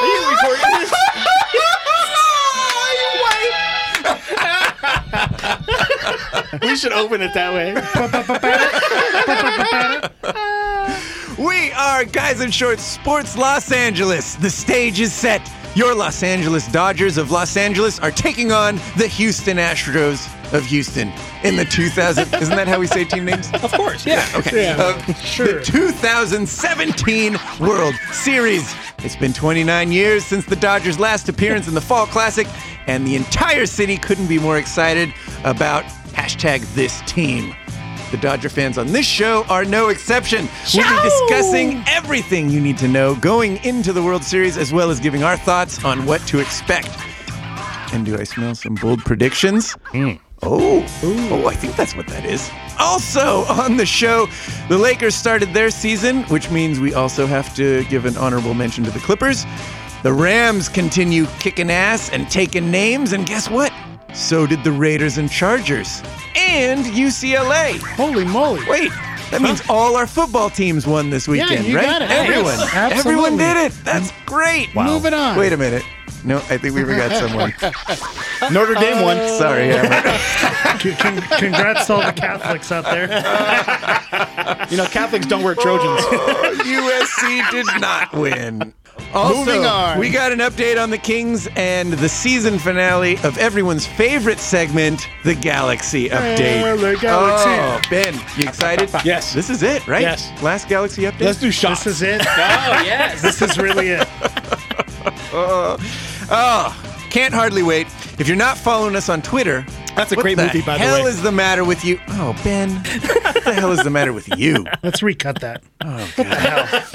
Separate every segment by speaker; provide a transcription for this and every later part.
Speaker 1: Are you recording this? we should open it that way.
Speaker 2: We are Guys in Shorts Sports Los Angeles. The stage is set. Your Los Angeles Dodgers of Los Angeles are taking on the Houston Astros of Houston in the 2000. Isn't that how we say team names?
Speaker 1: Of course, yeah.
Speaker 2: Okay.
Speaker 1: Yeah,
Speaker 2: Uh,
Speaker 1: sure.
Speaker 2: The 2017 World Series. It's been 29 years since the Dodgers' last appearance in the Fall Classic, and the entire city couldn't be more excited about hashtag this team. The Dodger fans on this show are no exception. We'll be discussing everything you need to know going into the World Series, as well as giving our thoughts on what to expect. And do I smell some bold predictions? Oh, oh, I think that's what that is. Also on the show, the Lakers started their season, which means we also have to give an honorable mention to the Clippers. The Rams continue kicking ass and taking names, and guess what? So did the Raiders and Chargers and UCLA.
Speaker 1: Holy moly.
Speaker 2: Wait, that means all our football teams won this
Speaker 1: Yeah,
Speaker 2: weekend,
Speaker 1: you
Speaker 2: right?
Speaker 1: got it.
Speaker 2: Everyone,
Speaker 1: Yes,
Speaker 2: everyone
Speaker 1: absolutely. Mm.
Speaker 2: did it. That's great.
Speaker 1: Moving on.
Speaker 2: Wait a minute. No, I think we forgot someone. Uh,
Speaker 3: Notre Dame won.
Speaker 2: Sorry, Hammer.
Speaker 3: Con- con- Congrats to all the Catholics out there.
Speaker 1: You know, Catholics don't wear Trojans.
Speaker 2: USC did not win. Also,
Speaker 1: Moving on.
Speaker 2: we got an update on the Kings and the season finale of everyone's favorite segment, the Galaxy update.
Speaker 3: the Galaxy.
Speaker 2: Oh, Ben, you excited?
Speaker 1: Yes.
Speaker 2: This is it, right?
Speaker 1: Yes.
Speaker 2: Last Galaxy update.
Speaker 1: Let's do shots.
Speaker 3: This is it.
Speaker 4: Oh yes.
Speaker 3: This is really it.
Speaker 2: Oh, can't hardly wait. If you're not following us on Twitter,
Speaker 1: That's a
Speaker 2: what
Speaker 1: great
Speaker 2: the
Speaker 1: movie, by the
Speaker 2: hell
Speaker 1: way.
Speaker 2: is the matter with you? Oh, Ben, what the hell is the matter with you?
Speaker 3: Let's recut that.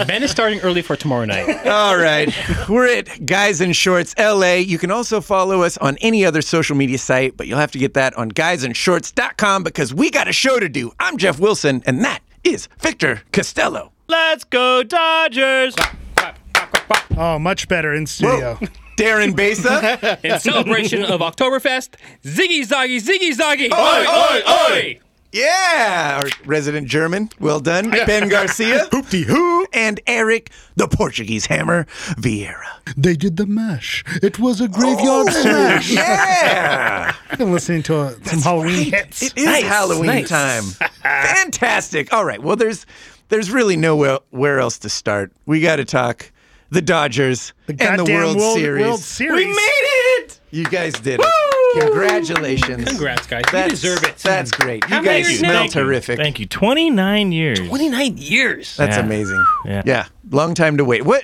Speaker 4: ben is starting early for tomorrow night.
Speaker 2: All right. We're at Guys in Shorts LA. You can also follow us on any other social media site, but you'll have to get that on guysinshorts.com because we got a show to do. I'm Jeff Wilson, and that is Victor Costello.
Speaker 4: Let's go Dodgers!
Speaker 3: Oh, much better in studio.
Speaker 2: Darren Besa.
Speaker 4: In celebration of Oktoberfest, Ziggy Zoggy Ziggy Zoggy!
Speaker 2: Oi, yeah. Our resident German. Well done. Ben Garcia. Hoopty Hoo. And Eric, the Portuguese hammer, Vieira.
Speaker 3: They did the mash. It was a graveyard
Speaker 2: Oh, yeah.
Speaker 3: I've been listening to uh, some Halloween hits.
Speaker 2: It is Halloween time. Fantastic. All right. Well, there's there's really nowhere where else to start. We got to talk the Dodgers and the
Speaker 3: goddamn
Speaker 2: World,
Speaker 3: World-
Speaker 2: Series.
Speaker 3: World Series.
Speaker 2: We made it. You guys did it. Congratulations.
Speaker 4: Congrats, guys. You
Speaker 2: That's,
Speaker 4: deserve it.
Speaker 2: That's great. You
Speaker 4: How many
Speaker 2: guys
Speaker 4: years
Speaker 2: smell
Speaker 4: now? Thank you.
Speaker 2: terrific.
Speaker 5: Thank you. 29 years.
Speaker 4: 29 years.
Speaker 2: That's
Speaker 5: Yeah.
Speaker 2: amazing.
Speaker 5: Yeah.
Speaker 2: Long time to wait. What,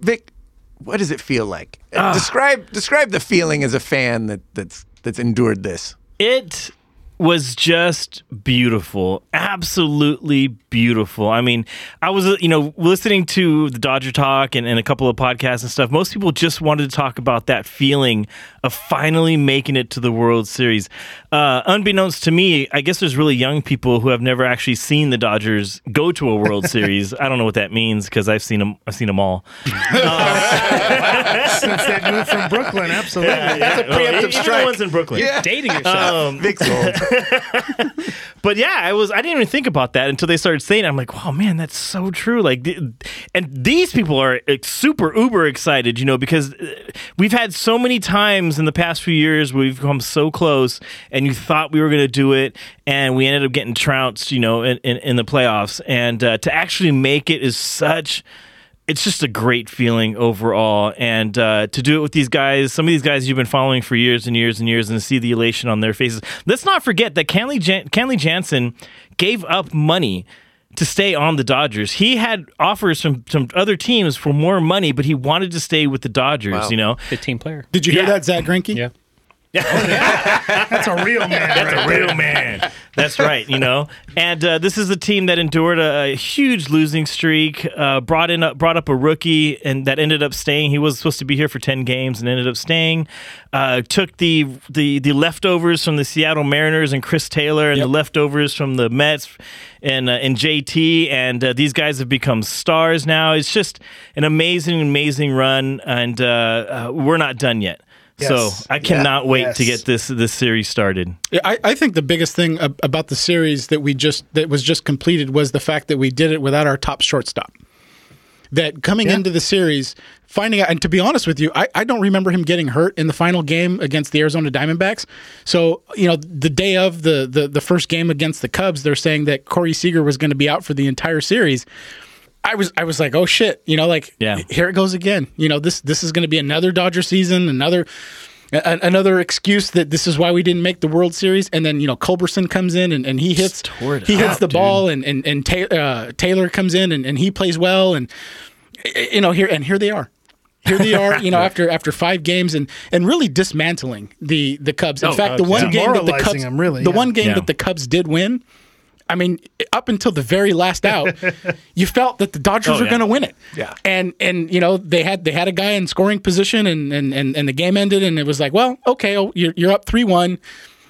Speaker 2: Vic? What does it feel like?
Speaker 4: Ah.
Speaker 2: Describe describe the feeling as a fan that that's that's endured this.
Speaker 5: It was just beautiful. Absolutely beautiful. I mean, I was, uh, you know, listening to the Dodger Talk and, and a couple of podcasts and stuff. Most people just wanted to talk about that feeling of finally making it to the World Series. Uh, unbeknownst to me, I guess there's really young people who have never actually seen the Dodgers go to a World Series. I don't know what that means because I've seen them. I've seen them all.
Speaker 3: Since they moved from Brooklyn, absolutely.
Speaker 5: Well, even the ones in Brooklyn. Um,
Speaker 4: Dating yourself.
Speaker 2: Vic's old.
Speaker 5: but yeah, I was I didn't even think about that until they started saying it. I'm like, wow, man, that's so true. Like, th- and these people are like, super uber excited, you know, because uh, we've had so many times in the past few years where we've come so close, and you thought we were going to do it, and we ended up getting trounced, you know, in in, in the playoffs, and uh, to actually make it is such it's just a great feeling overall. And uh, to do it with these guys, some of these guys you've been following for years and years and years, and to see the elation on their faces. Let's not forget that Canley, Jan- Canley Jansen gave up money to stay on the Dodgers. He had offers from some other teams for more money, but he wanted to stay with the Dodgers, you know?
Speaker 4: 15 player.
Speaker 1: Did you hear that, Zach Greinke?
Speaker 4: Yeah.
Speaker 3: That's a real man. That's a real man.
Speaker 5: That's right, you know. And uh, this is a team that endured a, a huge losing streak. Uh, brought in, a, brought up a rookie, and that ended up staying. He was supposed to be here for ten games, and ended up staying. Uh, took the the the leftovers from the Seattle Mariners and Chris Taylor, and the leftovers from the Mets and uh, and JT. And uh, these guys have become stars now. It's just an amazing, amazing run, and uh, uh, we're not done yet.
Speaker 3: Yes.
Speaker 5: So I cannot wait to
Speaker 3: Yes.
Speaker 5: get this this series started.
Speaker 6: Yeah, I, I think the biggest thing ab- about the series that we just that was just completed was the fact that we did it without our top shortstop. that coming into the series, finding out, and to be honest with you, I, I don't remember him getting hurt in the final game against the Arizona Diamondbacks. So, you know, the day of the the, the first game against the Cubs, they're saying that Corey Seager was going to be out for the entire series. I was I was like, oh shit, you know, like
Speaker 5: Yeah.
Speaker 6: here it goes again. You know, this this is going to be another Dodger season, another a- another excuse that this is why we didn't make the World Series. And then you know, Culberson comes in and, and he hits
Speaker 5: tore it
Speaker 6: he hits
Speaker 5: up,
Speaker 6: the
Speaker 5: dude.
Speaker 6: ball, and and and Ta- uh, Taylor comes in and, and he plays well, and you know here and here they are. Here they are, you know, after after five games and and really dismantling the the Cubs. In
Speaker 5: Oh,
Speaker 6: fact, the
Speaker 3: okay.
Speaker 6: one game that the
Speaker 3: Demoralizing
Speaker 6: Cubs
Speaker 3: them, really,
Speaker 6: the
Speaker 3: yeah.
Speaker 6: one game
Speaker 5: Yeah.
Speaker 6: that the Cubs did win I mean, up until the very last out, you felt that the Dodgers
Speaker 5: Oh,
Speaker 6: were
Speaker 5: yeah.
Speaker 6: going to win it.
Speaker 2: Yeah.
Speaker 6: and and you know they had they had a guy in scoring position, and and and, and the game ended, and it was like, well, okay, oh, you're you're up three one.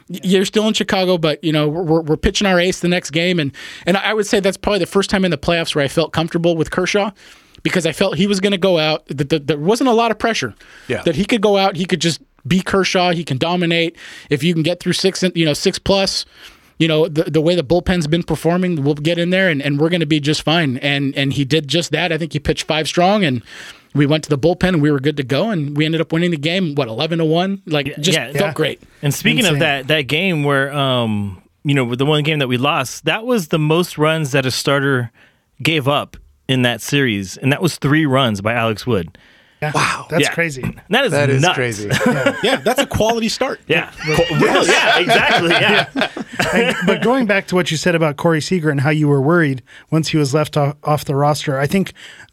Speaker 6: You're still in Chicago, but you know we're, we're- we're pitching our ace the next game, and and I would say that's probably the first time in the playoffs where I felt comfortable with Kershaw, because I felt he was going to go out. That that- there wasn't a lot of pressure.
Speaker 2: Yeah.
Speaker 6: that he could go out, he could just be Kershaw, he can dominate. If you can get through six, you know six plus, you know the, the way the bullpen's been performing we'll get in there and, and we're going to be just fine and and he did just that i think he pitched five strong and we went to the bullpen and we were good to go and we ended up winning the game what 11 to 1 like just
Speaker 5: yeah.
Speaker 6: felt
Speaker 5: Yeah.
Speaker 6: great
Speaker 5: And speaking
Speaker 3: Insane.
Speaker 5: of that that game where um you know with the one game that we lost, that was the most runs that a starter gave up in that series, and that was three runs by Alex Wood.
Speaker 3: Wow, that's
Speaker 5: Yeah.
Speaker 3: crazy.
Speaker 5: That is
Speaker 2: That is
Speaker 5: nuts.
Speaker 2: crazy.
Speaker 6: yeah that's a quality start
Speaker 5: Yeah, Co- really, yeah, exactly. Yeah,
Speaker 3: And- but going back to what you said about Corey Seager and how you were worried once he was left off, off the roster, I think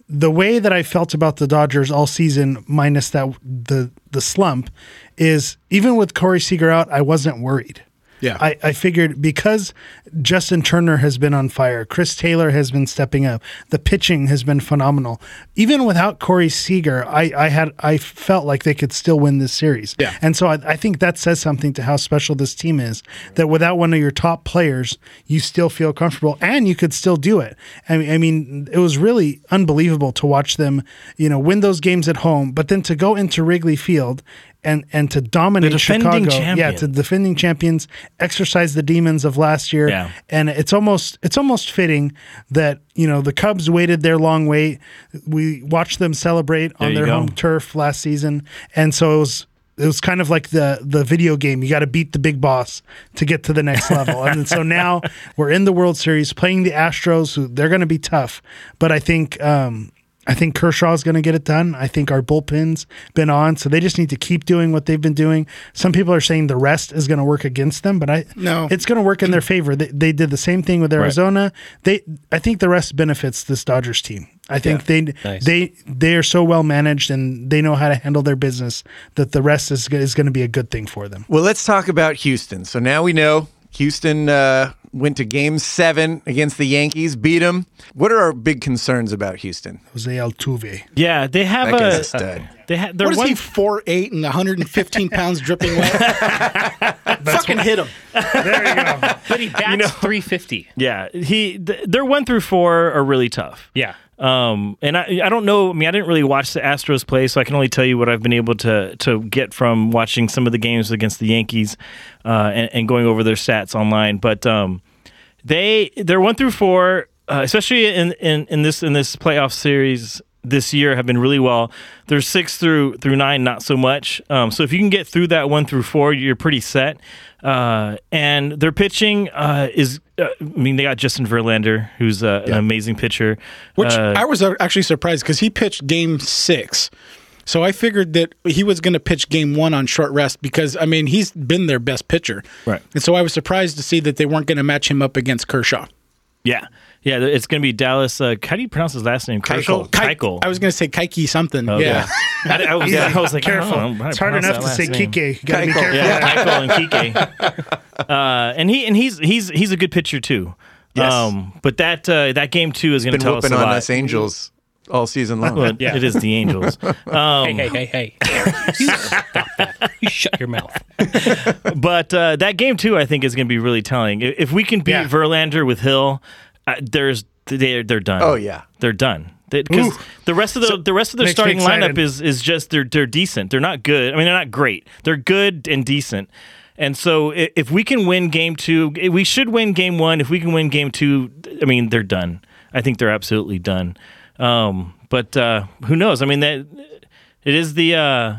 Speaker 3: the way that I felt about the Dodgers all season, minus that the the slump, is even with Corey Seager out, I wasn't worried.
Speaker 6: Yeah.
Speaker 3: I, I figured because Justin Turner has been on fire, Chris Taylor has been stepping up, the pitching has been phenomenal. Even without Corey Seager, I, I had I felt like they could still win this series.
Speaker 6: Yeah.
Speaker 3: And so I, I think that says something to how special this team is. That without one of your top players, you still feel comfortable and you could still do it. I mean, I mean, it was really unbelievable to watch them, you know, win those games at home, but then to go into Wrigley Field and and to dominate
Speaker 5: defending
Speaker 3: Chicago. Yeah,
Speaker 5: champion.
Speaker 3: to defending champions exercise the demons of last year
Speaker 5: Yeah.
Speaker 3: and it's almost it's almost fitting that you know the cubs waited their long wait we watched them celebrate on
Speaker 5: you
Speaker 3: their
Speaker 5: go.
Speaker 3: home turf last season and so it was it was kind of like the the video game you got to beat the big boss to get to the next level and so now we're in the world series playing the astros who they're going to be tough but i think um I think Kershaw's going to get it done. I think our bullpen's been on, so they just need to keep doing what they've been doing. Some people are saying the rest is going to work against them, but I
Speaker 6: No.
Speaker 3: it's going to work in their favor. They, they did the same thing with Arizona. They I think the rest benefits this Dodgers team. I think they they they are so well managed and they know how to handle their business that the rest is is going to be a good thing for them.
Speaker 2: Well, let's talk about Houston. So now we know Houston uh, went to game seven against the Yankees, beat them. What are our big concerns about Houston?
Speaker 3: Jose Altuve.
Speaker 5: yeah. They have
Speaker 2: That guy's a
Speaker 5: a
Speaker 2: stud.
Speaker 5: They have their
Speaker 6: what is
Speaker 5: one
Speaker 6: he four eight and 115 pounds dripping wet fucking hit him
Speaker 4: But he bats 350.
Speaker 5: Yeah, he th- their one through four are really tough.
Speaker 4: Yeah.
Speaker 5: Um, and I, I don't know. I mean, I didn't really watch the Astros play, so I can only tell you what I've been able to to get from watching some of the games against the Yankees, uh, and, and going over their stats online. But um, they they're one through four, uh, especially in, in in this in this playoff series this year have been really well. They're six through through nine, not so much. Um, so if you can get through that one through four, you're pretty set. Uh, and their pitching uh, is, uh, I mean, they got Justin Verlander, who's uh, an amazing pitcher.
Speaker 6: Which
Speaker 5: Uh,
Speaker 6: I was uh, actually surprised because he pitched game six. So I figured that he was going to pitch game one on short rest because, I mean, he's been their best pitcher.
Speaker 5: Right.
Speaker 6: And so I was surprised to see that they weren't going to match him up against Kershaw.
Speaker 5: yeah, yeah, it's going to be Dallas. Uh, how do you pronounce his last name? Kershaw?
Speaker 6: Kei-
Speaker 5: Keuchel.
Speaker 6: I was going to say Keiki something. yeah.
Speaker 5: I, I was, I was like, oh,
Speaker 3: Careful.
Speaker 5: I don't know how
Speaker 3: it's hard enough
Speaker 5: pronounce that
Speaker 3: to
Speaker 5: last
Speaker 3: say
Speaker 5: name.
Speaker 3: Kike. You got to be
Speaker 2: Keuchel.
Speaker 3: careful.
Speaker 5: Yeah, Michael and Kike. Uh, and he and he's he's he's a good pitcher too.
Speaker 2: Yes.
Speaker 5: but that uh, that game too is going
Speaker 2: Been
Speaker 5: to tell us
Speaker 2: whooping
Speaker 5: a
Speaker 2: on
Speaker 5: lot.
Speaker 2: us Angels all season long.
Speaker 5: But it is the Angels. Um,
Speaker 4: Hey, hey, hey, hey. Stop that. You shut your mouth.
Speaker 5: but uh, that game too, I think, is going to be really telling. If, if we can beat
Speaker 3: Yeah.
Speaker 5: Verlander with Hill, uh, there's they're they're done.
Speaker 2: Oh, yeah.
Speaker 5: they're done. Because the rest of the the rest of their
Speaker 3: makes me
Speaker 5: starting lineup
Speaker 3: excited.
Speaker 5: is is just they're they're decent. They're not good. I mean, they're not great. They're good and decent. And so i- if we can win game two, i- we should win game one. If we can win game two, I mean, they're done. I think they're absolutely done. Um, but uh, who knows? I mean, that it is the. Uh,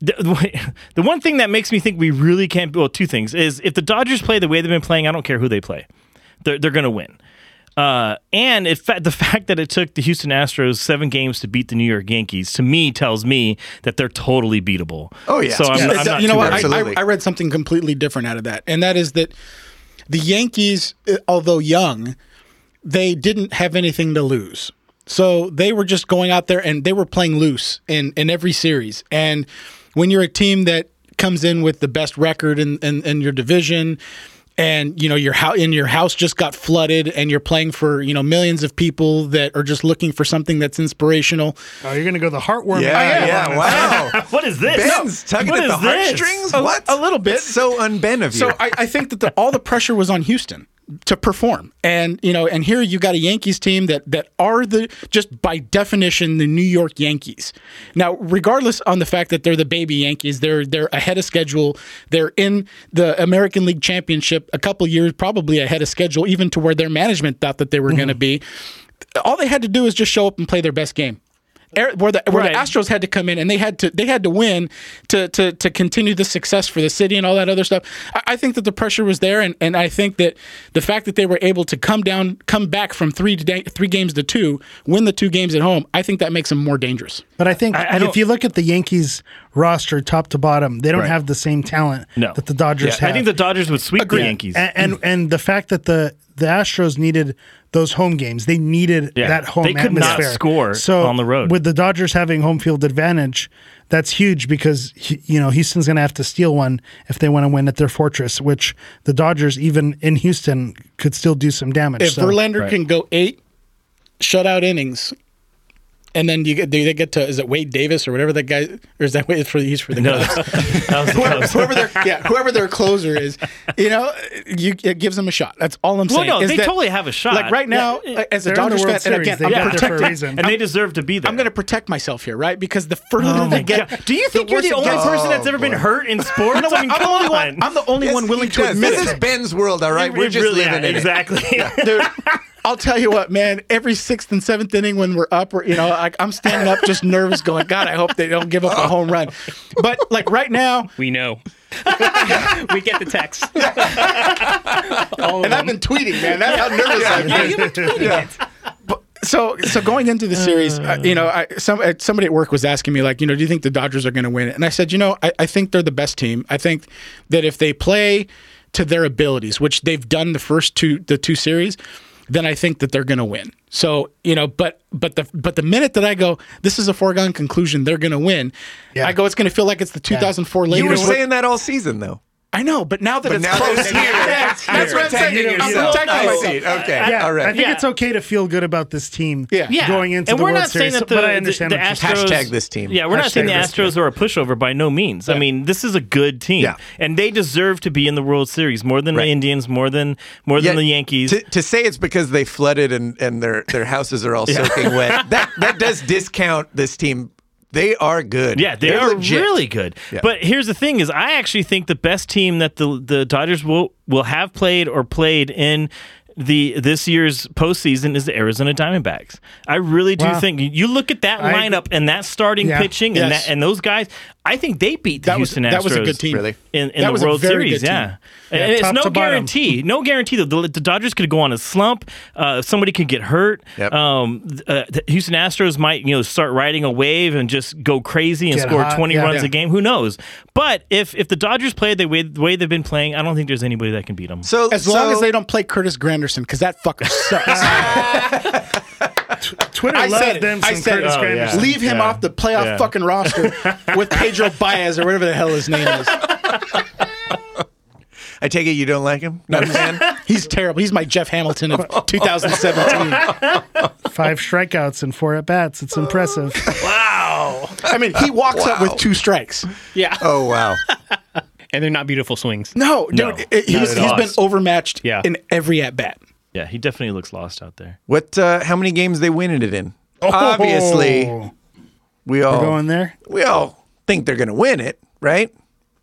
Speaker 5: the the one thing that makes me think we really can't well two things is if the Dodgers play the way they've been playing I don't care who they play they're, they're gonna win uh, and if fa- the fact that it took the Houston Astros seven games to beat the New York Yankees to me tells me that they're totally beatable
Speaker 2: Oh, yeah.
Speaker 5: so I'm,
Speaker 2: Yeah,
Speaker 5: I'm
Speaker 2: it's-
Speaker 5: not
Speaker 6: you know
Speaker 5: too
Speaker 6: what? I-
Speaker 2: Absolutely.
Speaker 6: I, I read something completely different out of that, and that is that the Yankees, eh, although young, they didn't have anything to lose. So they were just going out there and they were playing loose in, in every series. And when you're a team that comes in with the best record in, in, in your division, and you know your house and your house just got flooded, and you're playing for you know millions of people that are just looking for something that's inspirational.
Speaker 3: Oh, you're gonna go the heartworm.
Speaker 2: Yeah, yeah, wow.
Speaker 5: What is this?
Speaker 2: Ben's tugging
Speaker 5: What
Speaker 2: at the
Speaker 5: is this?
Speaker 2: heartstrings.
Speaker 6: A-
Speaker 2: what?
Speaker 6: a little bit.
Speaker 2: That's so unben of you.
Speaker 6: So I, I think that the, all the pressure was on Houston to perform, and you know, and here you got a Yankees team that that are the just by definition the New York Yankees. Now, regardless on the fact that they're the baby Yankees, they're they're ahead of schedule. They're in the American League Championship a couple years probably ahead of schedule, even to where their management thought that they were
Speaker 2: Mm-hmm.
Speaker 6: going to be. All they had to do is just show up and play their best game. Air- Where the, where the
Speaker 5: Right.
Speaker 6: Astros. Astros had to come in and they had to they had to win to to to continue the success for the city and all that other stuff. I, I think that the pressure was there, and, and I think that the fact that they were able to come down, come back from three to da- three games to two, win the two games at home, I think that makes them more dangerous.
Speaker 3: But I think
Speaker 5: I- I
Speaker 3: if
Speaker 5: don't-
Speaker 3: you look at the Yankees roster top to bottom, they don't
Speaker 2: Right.
Speaker 3: have the same talent
Speaker 5: no
Speaker 3: that the Dodgers
Speaker 5: Yeah,
Speaker 3: have.
Speaker 5: I think the Dodgers would sweep
Speaker 6: Agreed.
Speaker 5: the Yankees
Speaker 3: and, and and the fact that the the Astros needed those home games, they needed
Speaker 5: Yeah.
Speaker 3: that home.
Speaker 5: They could not
Speaker 3: atmosphere.
Speaker 5: score
Speaker 3: so
Speaker 5: on the road.
Speaker 3: with the Dodgers having home field advantage. That's huge because he- you know Houston's going to have to steal one if they want to win at their fortress, which the Dodgers, even in Houston, could still do some damage.
Speaker 6: If
Speaker 3: so,
Speaker 6: Verlander can go eight shutout innings. And then you get they they get to is it Wade Davis or whatever that guy or is that Wade for he's for the
Speaker 5: no
Speaker 6: Cubs?
Speaker 5: that was the
Speaker 6: whoever,
Speaker 5: Cubs.
Speaker 6: whoever their yeah, whoever their closer is, you know, you, it gives them a shot. That's all I'm
Speaker 5: Well,
Speaker 6: saying.
Speaker 5: no,
Speaker 6: is
Speaker 5: they
Speaker 6: that-
Speaker 5: totally have a shot.
Speaker 6: Like right now,
Speaker 5: Yeah,
Speaker 6: uh, as a
Speaker 3: they're in the
Speaker 6: Dodgers fan,
Speaker 3: World
Speaker 6: and
Speaker 3: Series.
Speaker 6: again,
Speaker 3: They
Speaker 6: I'm,
Speaker 3: got there for a
Speaker 6: protecting,
Speaker 3: reason.
Speaker 5: and they deserve to be there Oh
Speaker 6: I'm going to protect myself here, right? Because the further they get,
Speaker 5: God. Do you think you're
Speaker 6: worse
Speaker 5: the
Speaker 6: it
Speaker 5: only
Speaker 6: gets.
Speaker 5: person that's ever been hurt in sports? I mean,
Speaker 6: I'm the
Speaker 5: come
Speaker 6: only
Speaker 5: on.
Speaker 6: one. I'm the only
Speaker 2: Yes,
Speaker 6: one willing
Speaker 2: he
Speaker 6: to
Speaker 2: does.
Speaker 6: admit
Speaker 2: This
Speaker 6: it.
Speaker 2: is Ben's world, all right?
Speaker 5: We
Speaker 2: We're just
Speaker 5: really-
Speaker 2: living
Speaker 5: yeah,
Speaker 2: in
Speaker 5: exactly.
Speaker 6: dude. I'll tell you what, man. Every sixth and seventh inning, when we're up, or you know, like I'm standing up, just nervous, going, God, I hope they don't give up a home run. But like right now,
Speaker 4: We know. we get the text.
Speaker 6: and I've been tweeting, man. That's how nervous I've been. so so going into the series, uh, you know, I, some uh, somebody at work was asking me like, you know, do you think the Dodgers are going to win it? And I said, you know, I, I think they're the best team. I think that if they play to their abilities, which they've done the first two the two series, then I think that they're going to win. So you know, but but the but the minute that I go, this is a foregone conclusion, they're going to win. I go, it's going to feel like it's the 2004
Speaker 2: it.
Speaker 6: Lakers.
Speaker 2: You were
Speaker 6: with-
Speaker 2: saying that all season, though.
Speaker 6: I know, but now that it's
Speaker 2: now
Speaker 6: close,
Speaker 2: that it's here,
Speaker 6: that's,
Speaker 2: you're
Speaker 6: what I'm
Speaker 2: protecting
Speaker 6: saying. I'm
Speaker 2: yourself.
Speaker 6: protecting
Speaker 2: I
Speaker 6: myself.
Speaker 2: see. Okay,
Speaker 3: yeah,
Speaker 2: all
Speaker 3: I
Speaker 2: right.
Speaker 3: think it's okay to feel good about this team.
Speaker 6: Yeah.
Speaker 5: Yeah.
Speaker 3: going into
Speaker 5: and
Speaker 3: the
Speaker 5: we're
Speaker 3: World
Speaker 5: not
Speaker 3: Series,
Speaker 5: saying that the,
Speaker 3: but I understand
Speaker 5: the,
Speaker 3: what
Speaker 5: the
Speaker 3: you're saying.
Speaker 5: Astros,
Speaker 2: Hashtag this team.
Speaker 5: Yeah, we're not saying the
Speaker 3: Hashtag this team.
Speaker 5: Astros are a pushover by no means. I mean, this is a good team,
Speaker 2: Yeah.
Speaker 5: and they deserve to be in the World Series more than
Speaker 2: Right.
Speaker 5: the Indians, more than more
Speaker 2: Yeah,
Speaker 5: than the Yankees.
Speaker 2: To, to say it's because they flooded and, and their, their houses are all soaking wet, that, that does discount this team. They are good.
Speaker 5: Yeah, they
Speaker 2: They're
Speaker 5: are
Speaker 2: legit.
Speaker 5: really good.
Speaker 2: Yeah.
Speaker 5: But here's the thing: is I actually think the best team that the the Dodgers will will have played or played in the this year's postseason is the Arizona Diamondbacks. I really do
Speaker 3: Wow.
Speaker 5: think you look at that
Speaker 3: I-
Speaker 5: lineup and that starting
Speaker 3: Yeah.
Speaker 5: pitching and
Speaker 6: Yes.
Speaker 5: that and those guys. I think they beat the
Speaker 6: That was
Speaker 5: Houston Astros.
Speaker 6: that was a good team.
Speaker 2: really.
Speaker 5: In, in
Speaker 6: That
Speaker 5: the
Speaker 6: was a
Speaker 5: World
Speaker 6: very
Speaker 5: Series,
Speaker 6: good team.
Speaker 5: yeah. And it's
Speaker 3: top
Speaker 5: no
Speaker 3: to bottom.
Speaker 5: guarantee, no guarantee that the, the Dodgers could go on a slump. Uh, somebody could get hurt.
Speaker 2: Yep.
Speaker 5: Um, th- uh, the Houston Astros might, you know, start riding a wave and just go crazy and
Speaker 3: Get
Speaker 5: score
Speaker 3: hot,
Speaker 5: 20
Speaker 3: yeah.
Speaker 5: runs
Speaker 3: Yeah.
Speaker 5: a game. Who knows? But if if the Dodgers play the way the way they've been playing, I don't think there's anybody that can beat them.
Speaker 2: So,
Speaker 6: As long as they don't play Curtis Granderson, because that fucker sucks.
Speaker 3: Twitter
Speaker 6: I
Speaker 3: loves
Speaker 6: said
Speaker 3: them
Speaker 6: it. I
Speaker 3: some
Speaker 6: said
Speaker 3: Curtis
Speaker 6: it. Oh,
Speaker 3: Granderson.
Speaker 5: Oh,
Speaker 6: Leave him off the playoff
Speaker 5: Yeah.
Speaker 6: fucking roster with Pedro Baez or whatever the hell his name is.
Speaker 2: I take it you don't like him? Not a fan?
Speaker 6: He's terrible. He's my Jeff Hamilton of 2017.
Speaker 3: Five strikeouts and four at bats. It's
Speaker 6: Oh.
Speaker 3: impressive.
Speaker 6: I mean, he walks up
Speaker 2: Wow.
Speaker 6: with two strikes.
Speaker 4: Yeah.
Speaker 2: Oh, wow.
Speaker 4: And they're not beautiful swings.
Speaker 6: No, dude,
Speaker 5: No,
Speaker 6: it- he
Speaker 5: not
Speaker 6: was,
Speaker 5: at
Speaker 6: he's
Speaker 5: all.
Speaker 6: been overmatched
Speaker 4: Yeah.
Speaker 6: in every at bat.
Speaker 5: Yeah, he definitely looks lost out there.
Speaker 2: What? Uh, how many games they winning it in? Obviously,
Speaker 3: Oh,
Speaker 2: we all
Speaker 6: Oh.
Speaker 3: going there.
Speaker 2: we all think they're going to win it, right?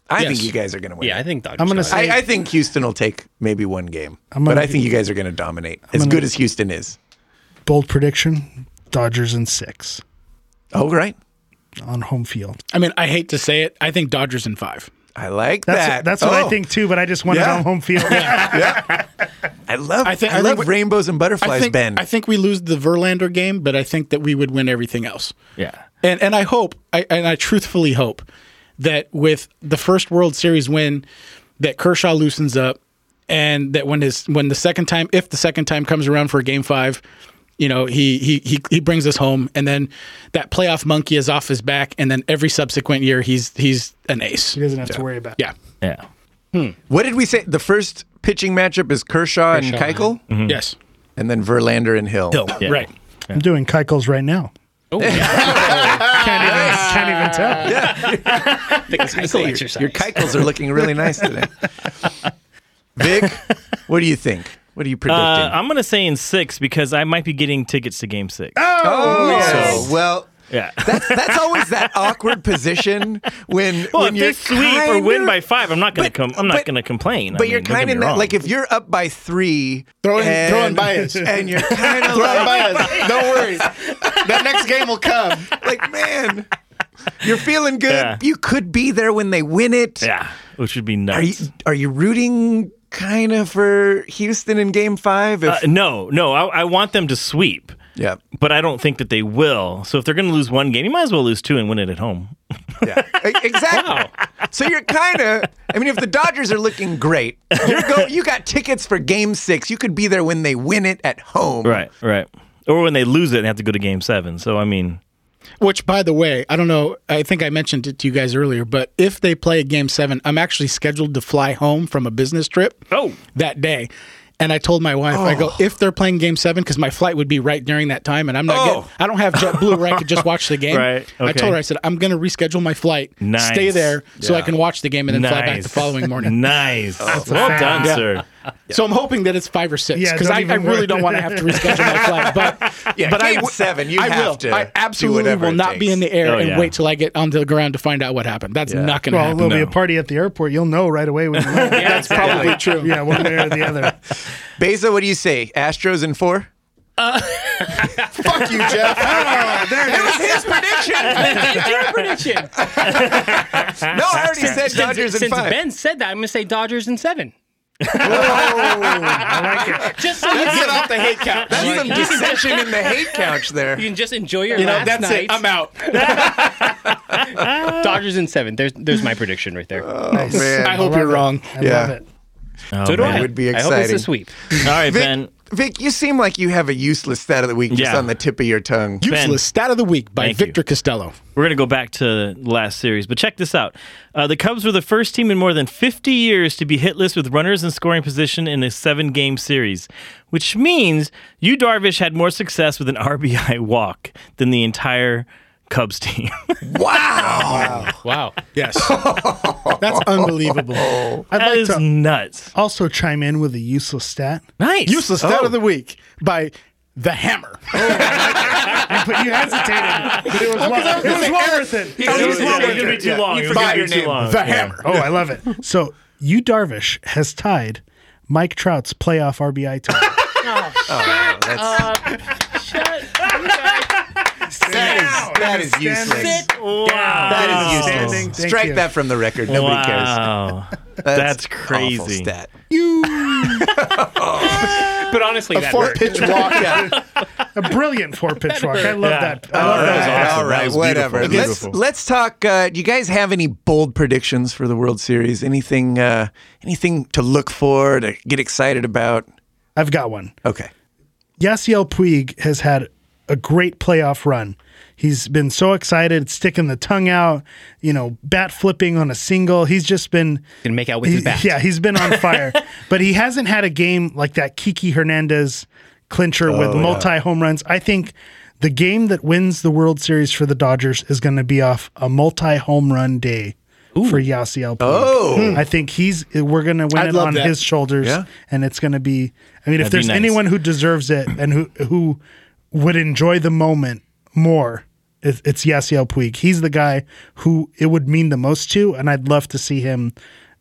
Speaker 2: I think
Speaker 6: Yes.
Speaker 2: you guys are going to win.
Speaker 4: Yeah, I
Speaker 2: it.
Speaker 4: think Dodgers.
Speaker 3: I'm gonna
Speaker 4: got it.
Speaker 3: say
Speaker 2: I, I think Houston will take maybe one game,
Speaker 3: gonna
Speaker 2: but I
Speaker 3: gi-
Speaker 2: think you guys are going to dominate. As good as Houston is,
Speaker 3: bold prediction. Dodgers in six
Speaker 2: Oh, right.
Speaker 3: on home field.
Speaker 6: I mean, I hate to say it. I think Dodgers in five.
Speaker 2: I like
Speaker 3: That's
Speaker 2: that.
Speaker 3: that's what I
Speaker 2: Oh,
Speaker 3: think too. But I just wanted
Speaker 2: Yeah.
Speaker 3: on home field.
Speaker 2: I love. I,
Speaker 6: I think- I
Speaker 2: love
Speaker 6: think-
Speaker 2: rainbows and butterflies,
Speaker 6: I think
Speaker 2: Ben.
Speaker 6: I think we lose the Verlander game, but I think that we would win everything else.
Speaker 5: Yeah.
Speaker 6: And and I hope, I, and I truthfully hope that with the first World Series win, that Kershaw loosens up, and that when his when the second time, if the second time comes around for Game Five, you know he he he he brings us home, and then that playoff monkey is off his back, and then every subsequent year he's he's an ace.
Speaker 3: He doesn't have to worry about.
Speaker 6: Yeah.
Speaker 5: Yeah.
Speaker 2: what did we say? The first pitching matchup is Kershaw, and
Speaker 6: Kershaw.
Speaker 2: Keuchel,
Speaker 6: Yes.
Speaker 2: and then Verlander and Hill.
Speaker 6: Hill.
Speaker 5: Mm-hmm. Yeah.
Speaker 6: Right.
Speaker 3: I'm doing Keuchel's right now. can't, even, can't even tell.
Speaker 2: Your Keuchels are looking really nice today. Vic, what do you think? What are you predicting?
Speaker 5: Uh, I'm gonna say in six because I might be getting tickets to Game Six.
Speaker 2: oh, so, well.
Speaker 5: Yeah.
Speaker 2: That's that's always that awkward position when
Speaker 5: Well,
Speaker 2: when
Speaker 5: if
Speaker 2: you're
Speaker 5: they sweep or
Speaker 2: kinda-
Speaker 5: win by five, I'm not gonna
Speaker 2: but-
Speaker 5: com- I'm not
Speaker 2: but-
Speaker 5: gonna complain. I
Speaker 2: But you're
Speaker 5: mean, don't get
Speaker 2: kind of
Speaker 5: me
Speaker 2: not,
Speaker 5: wrong.
Speaker 2: like if you're up by three,
Speaker 7: Throwing-
Speaker 2: and,
Speaker 7: throwing bias.
Speaker 2: and you're kind of
Speaker 7: Throw
Speaker 2: like,
Speaker 7: it by us. Don't worry. That next game will come.
Speaker 2: like, man, you're feeling good.
Speaker 5: Yeah.
Speaker 2: You could be there when they win it.
Speaker 5: yeah, which would be
Speaker 2: Are you
Speaker 5: nuts.
Speaker 2: are you rooting kind of for Houston in Game Five? If,
Speaker 5: Uh, no, no, I, I want them to sweep.
Speaker 2: yeah,
Speaker 5: But I don't think that they will. So if they're going to lose one game, you might as well lose two and win it at home.
Speaker 2: yeah, E- exactly. So you're kind of. I mean, if the Dodgers are looking great, you're go. You got tickets for Game Six. You could be there when they win it at home.
Speaker 5: right. Or when they lose it and have to go to game seven. So, I mean,
Speaker 6: Which, by the way, I don't know. I think I mentioned it to you guys earlier, but if they play Game Seven, I'm actually scheduled to fly home from a business trip.
Speaker 5: Oh.
Speaker 6: that day, and I told my wife, I go if they're playing Game Seven because my flight would be right during that time, and I'm not.
Speaker 2: Oh.
Speaker 6: Getting, I don't have JetBlue where I could just watch the game.
Speaker 5: Right,
Speaker 6: I
Speaker 5: okay.
Speaker 6: told her, I said I'm going to reschedule my flight,
Speaker 5: Nice.
Speaker 6: stay there so I can watch the game and then fly back
Speaker 5: Nice.
Speaker 6: the following morning.
Speaker 5: nice. well done, sir.
Speaker 6: So I'm hoping that it's five or six
Speaker 3: Yeah,
Speaker 6: because
Speaker 3: don't
Speaker 6: I, I
Speaker 3: even
Speaker 6: really
Speaker 3: worry.
Speaker 6: don't want to have to reschedule my flight. But
Speaker 2: Yeah,
Speaker 6: but I
Speaker 2: Game
Speaker 6: w-
Speaker 2: Seven. You
Speaker 6: I
Speaker 2: have
Speaker 6: will.
Speaker 2: to.
Speaker 6: I
Speaker 2: do
Speaker 6: absolutely
Speaker 2: whatever
Speaker 6: will
Speaker 2: it
Speaker 6: not be
Speaker 2: takes.
Speaker 6: in the air
Speaker 5: Oh,
Speaker 6: and
Speaker 5: yeah.
Speaker 6: wait till I get onto the ground to find out what happened. That's not going to
Speaker 3: Well,
Speaker 6: happen.
Speaker 3: there'll be a
Speaker 5: No.
Speaker 3: party at the airport. You'll know right away when you land.
Speaker 6: That's probably true.
Speaker 3: Yeah, one way or the other.
Speaker 2: Beza, what do you say? Astros in four. Uh,
Speaker 7: Fuck you, Jeff.
Speaker 2: That was his prediction.
Speaker 4: prediction.
Speaker 2: No, I already said Dodgers in
Speaker 4: since
Speaker 2: five.
Speaker 4: Ben said that, I'm going to say Dodgers in seven. Just so you
Speaker 7: Get
Speaker 4: can,
Speaker 7: off the hate count.
Speaker 2: That's
Speaker 7: Like,
Speaker 2: some dissension in the hate couch there.
Speaker 4: you can just enjoy your
Speaker 6: You know,
Speaker 4: last
Speaker 6: that's
Speaker 4: night.
Speaker 6: it. I'm out.
Speaker 4: Dodgers in seven. There's there's my prediction right there.
Speaker 2: Oh, man.
Speaker 6: I hope you're wrong.
Speaker 3: I
Speaker 2: Yeah.
Speaker 3: love it.
Speaker 4: so do
Speaker 5: man.
Speaker 4: I.
Speaker 2: It would be
Speaker 4: I hope it's
Speaker 2: exciting.
Speaker 4: a sweep.
Speaker 5: All right,
Speaker 2: Vic,
Speaker 5: Ben.
Speaker 2: Vic, you seem like you have a useless stat of the week just
Speaker 5: Yeah.
Speaker 2: on the tip of your tongue.
Speaker 5: Ben.
Speaker 6: Useless stat of the week by
Speaker 5: Thank you.
Speaker 6: Victor Costello.
Speaker 5: We're going to go back to the last series, but check this out. Uh, the Cubs were the first team in more than 50 years to be hitless with runners in scoring position in a seven game series, which means you, Darvish, had more success with an RBI walk than the entire Cubs team.
Speaker 2: wow.
Speaker 6: Wow. Yes. That's unbelievable.
Speaker 3: I'd
Speaker 5: that
Speaker 3: like
Speaker 5: is
Speaker 3: to
Speaker 5: nuts.
Speaker 3: also chime in with a useless stat. Oh.
Speaker 5: Nice.
Speaker 6: Useless stat
Speaker 2: Oh.
Speaker 6: of the week by The Hammer.
Speaker 3: But you hesitated. But it was, well, it was well worth it.
Speaker 5: It was,
Speaker 2: was well worth
Speaker 5: going to be
Speaker 2: it.
Speaker 5: too
Speaker 2: Yeah.
Speaker 5: long.
Speaker 2: You
Speaker 5: It was
Speaker 2: forgot
Speaker 5: gonna be
Speaker 2: your
Speaker 5: too
Speaker 2: name.
Speaker 5: long.
Speaker 6: The
Speaker 5: Yeah.
Speaker 6: Hammer.
Speaker 3: Oh, I love it. So you Darvish has tied Mike Trout's playoff RBI total.
Speaker 5: Uh,
Speaker 2: That is, that is useless.
Speaker 5: Wow.
Speaker 2: That is useless.
Speaker 3: Standing. Thank
Speaker 2: Strike
Speaker 3: you.
Speaker 2: that from the record. Nobody cares.
Speaker 5: Wow. That's
Speaker 2: an awful
Speaker 5: crazy.
Speaker 2: stat.
Speaker 4: But honestly, that
Speaker 7: Fourth pitch walk.
Speaker 2: Yeah.
Speaker 3: A brilliant four pitch walk. I love
Speaker 5: Yeah.
Speaker 3: that. I love
Speaker 2: All
Speaker 3: that.
Speaker 2: right, all right,
Speaker 5: was
Speaker 2: whatever.
Speaker 5: beautiful.
Speaker 2: Let's let's talk. Uh, do you guys have any bold predictions for the World Series? Anything, uh, anything to look for, to get excited about?
Speaker 3: I've got one.
Speaker 2: Okay,
Speaker 3: Yasiel Puig has had a great playoff run. He's been so excited, sticking the tongue out, you know, bat flipping on a single. He's just been
Speaker 4: Gonna make out with his bat.
Speaker 3: Yeah, he's been on fire, but he hasn't had a game like that Kiki Hernandez clincher
Speaker 6: Oh,
Speaker 3: with multi home runs. I think the game that wins the World Series for the Dodgers is going to be off a multi home run day. For Yasiel Puig,
Speaker 2: Oh.
Speaker 3: I think he's we're gonna win
Speaker 6: I'd
Speaker 3: it
Speaker 6: love
Speaker 3: on
Speaker 6: that.
Speaker 3: his shoulders,
Speaker 2: Yeah.
Speaker 3: and it's gonna be. I mean, if
Speaker 5: That'd be
Speaker 3: there's
Speaker 5: nice.
Speaker 3: anyone who deserves it and who who would enjoy the moment more, it, it's Yasiel Puig. He's the guy who it would mean the most to, and I'd love to see him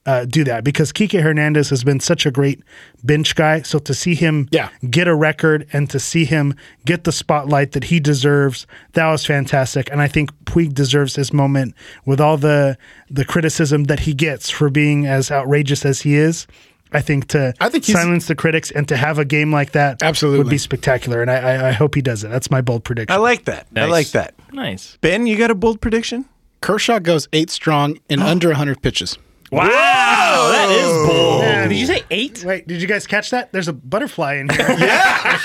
Speaker 3: uh, do that because Kike Hernandez has been such a great bench guy. So to see him
Speaker 6: Yeah.
Speaker 3: get a record and to see him get the spotlight that he deserves, that was fantastic. And I think Puig deserves his moment with all the the criticism that he gets for being as outrageous as he is. I think to
Speaker 6: I think he's-
Speaker 3: silence the critics and to have a game like that
Speaker 6: Absolutely.
Speaker 3: would be spectacular. And I, I, I hope he does it. That's my bold prediction.
Speaker 2: I like that. I
Speaker 5: Nice.
Speaker 2: like that.
Speaker 5: Nice.
Speaker 2: Ben, you got a bold prediction?
Speaker 6: Kershaw goes eight strong in under 100 pitches.
Speaker 5: Wow, that is bold.
Speaker 4: Did you say eight?
Speaker 3: Wait, did you guys catch that? There's a butterfly in here. yeah.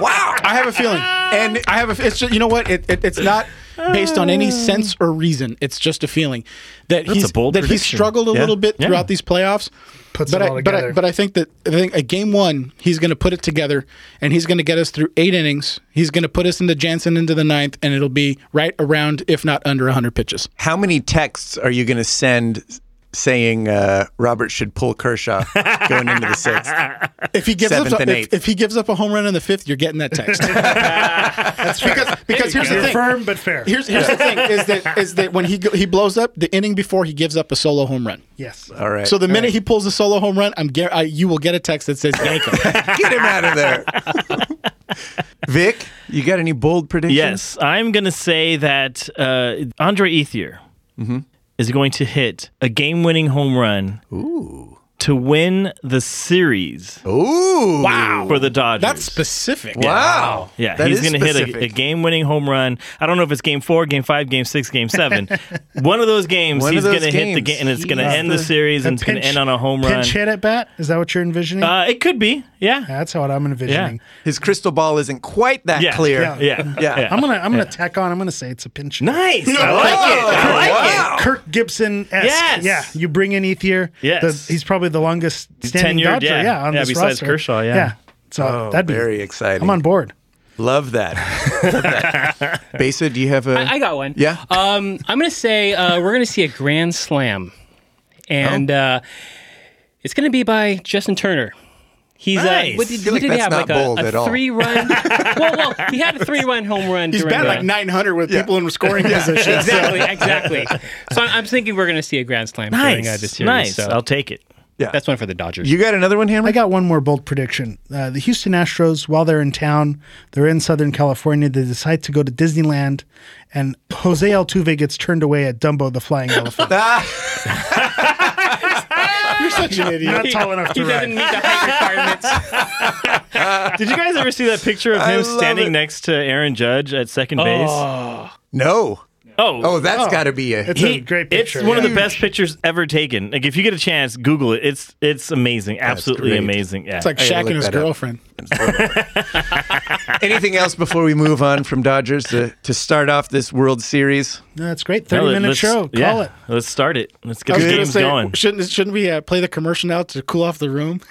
Speaker 2: Wow.
Speaker 6: I have a feeling, and I have a. It's just you know what? It, it, it's not based on any sense or reason. It's just a feeling that he's
Speaker 5: a bold
Speaker 6: that he's
Speaker 5: prediction.
Speaker 6: struggled a
Speaker 5: Yeah.
Speaker 6: little bit
Speaker 5: Yeah.
Speaker 6: throughout these playoffs.
Speaker 3: Puts
Speaker 6: but
Speaker 3: it
Speaker 6: I,
Speaker 3: all
Speaker 6: but I,
Speaker 3: together.
Speaker 6: but I think that I think at game one he's going to put it together, and he's going to get us through eight innings. He's going to put us into Jansen into the ninth, and it'll be right around, if not under, hundred pitches.
Speaker 2: How many texts are you going to send saying uh, Robert should pull Kershaw going into the sixth?
Speaker 6: If he gives
Speaker 2: Seventh
Speaker 6: up,
Speaker 2: and
Speaker 6: if-
Speaker 2: eighth.
Speaker 6: if he gives up a home run in the fifth, you're getting that text. because because here's the
Speaker 3: You're
Speaker 6: thing.
Speaker 3: firm but fair.
Speaker 6: Here's, here's the thing is that is that when he go, he blows up the inning before he gives up a solo home run.
Speaker 3: yes.
Speaker 2: All right.
Speaker 6: So the minute he pulls a solo home run, I'm gar- I, you will get a text that says yank him.
Speaker 2: get him out of there. Vic, you got any bold predictions?
Speaker 5: Yes, I'm going to say that uh, Andre Ethier
Speaker 2: Mm-hmm.
Speaker 5: is going to hit a game-winning home run to win the series
Speaker 2: Ooh.
Speaker 5: for the Dodgers.
Speaker 6: That's specific.
Speaker 2: Wow.
Speaker 5: yeah,
Speaker 2: Oh. That
Speaker 5: he's
Speaker 2: is
Speaker 5: going to hit a, a
Speaker 2: specific.
Speaker 5: game-winning home run. I don't know if it's game four, game five, game six, game seven. One of those games,
Speaker 2: One of
Speaker 5: he's
Speaker 2: those
Speaker 5: going to hit the
Speaker 2: games.
Speaker 5: game, and it's going to
Speaker 2: He's
Speaker 5: end the,
Speaker 2: the-
Speaker 5: series, and it's going to end on a home run.
Speaker 3: Pinch hit at bat? Is that what you're envisioning?
Speaker 5: Uh, it could be, yeah,
Speaker 3: That's what I'm envisioning.
Speaker 2: His crystal ball isn't quite that
Speaker 5: yeah,
Speaker 2: clear.
Speaker 5: yeah, yeah.
Speaker 2: Yeah.
Speaker 3: I'm gonna I'm gonna tack on. I'm gonna say it's a pinch. hit.
Speaker 5: nice. I like it. I like
Speaker 2: wow.
Speaker 3: Kirk Gibson esque.
Speaker 5: Yes.
Speaker 3: Yeah. You bring in Ethier.
Speaker 5: Yes.
Speaker 3: The- he's probably the longest standing
Speaker 5: tenured,
Speaker 3: Dodger.
Speaker 5: yeah.
Speaker 3: Yeah. on
Speaker 5: Yeah,
Speaker 3: this
Speaker 5: besides
Speaker 3: roster.
Speaker 5: Kershaw, yeah.
Speaker 3: So
Speaker 2: Oh,
Speaker 3: that'd be
Speaker 2: Very exciting.
Speaker 3: I'm on board.
Speaker 2: Love that. Love that. Besa, do you have a?
Speaker 4: I, I got one.
Speaker 2: Yeah.
Speaker 4: Um, I'm going to say uh, we're going to see a grand slam, and uh, it's going to be by Justin Turner. He's
Speaker 5: Nice.
Speaker 4: uh, what did,
Speaker 2: feel
Speaker 4: what
Speaker 2: like
Speaker 4: did he
Speaker 2: that's
Speaker 4: have
Speaker 2: not
Speaker 4: like
Speaker 2: bold
Speaker 4: a,
Speaker 2: at
Speaker 4: a
Speaker 2: all.
Speaker 4: three run? well, well, he had a three run home run.
Speaker 6: He's
Speaker 4: during
Speaker 6: batting
Speaker 4: the,
Speaker 6: like 900 with people in scoring position.
Speaker 4: Exactly, exactly. So I'm, I'm thinking we're going to see a grand slam during uh,
Speaker 5: Nice,
Speaker 4: this series.
Speaker 5: nice.
Speaker 4: So
Speaker 5: I'll take it.
Speaker 2: yeah.
Speaker 4: that's one for the Dodgers.
Speaker 2: you got another one,
Speaker 3: I
Speaker 2: Hammer?
Speaker 3: got one more bold prediction. Uh, the Houston Astros, while they're in town, they're in Southern California. They decide to go to Disneyland, and Jose Altuve gets turned away at Dumbo the Flying Elephant.
Speaker 2: Ah,
Speaker 6: You're such an idiot.
Speaker 3: Not tall enough
Speaker 4: he
Speaker 3: to
Speaker 4: doesn't meet
Speaker 3: ride.
Speaker 4: the height requirements.
Speaker 5: Did you guys ever see that picture of
Speaker 2: I
Speaker 5: him
Speaker 2: love
Speaker 5: standing
Speaker 2: it.
Speaker 5: next to Aaron Judge at second base?
Speaker 3: Oh,
Speaker 2: no.
Speaker 5: Oh,
Speaker 2: Oh, that's got to be a.
Speaker 3: It's a great picture.
Speaker 5: It's one of
Speaker 3: yeah.
Speaker 5: the best pictures ever taken. Like if you get a chance, Google it. It's it's amazing, absolutely
Speaker 2: great.
Speaker 5: amazing. Yeah,
Speaker 6: It's like
Speaker 2: I gotta
Speaker 6: Shaq
Speaker 2: look
Speaker 6: and his
Speaker 2: that up.
Speaker 6: girlfriend.
Speaker 2: Anything else before we move on from Dodgers to, to start off this World Series?
Speaker 3: No, it's great.
Speaker 5: Now
Speaker 3: Thirty
Speaker 5: let-
Speaker 3: minute
Speaker 5: let's-
Speaker 3: show. Call
Speaker 5: yeah,
Speaker 3: it.
Speaker 5: Let's start it. Let's get
Speaker 6: I was
Speaker 5: the
Speaker 6: gonna
Speaker 5: games
Speaker 6: say,
Speaker 5: going.
Speaker 6: shouldn't shouldn't we uh, play the commercial now to cool off the room?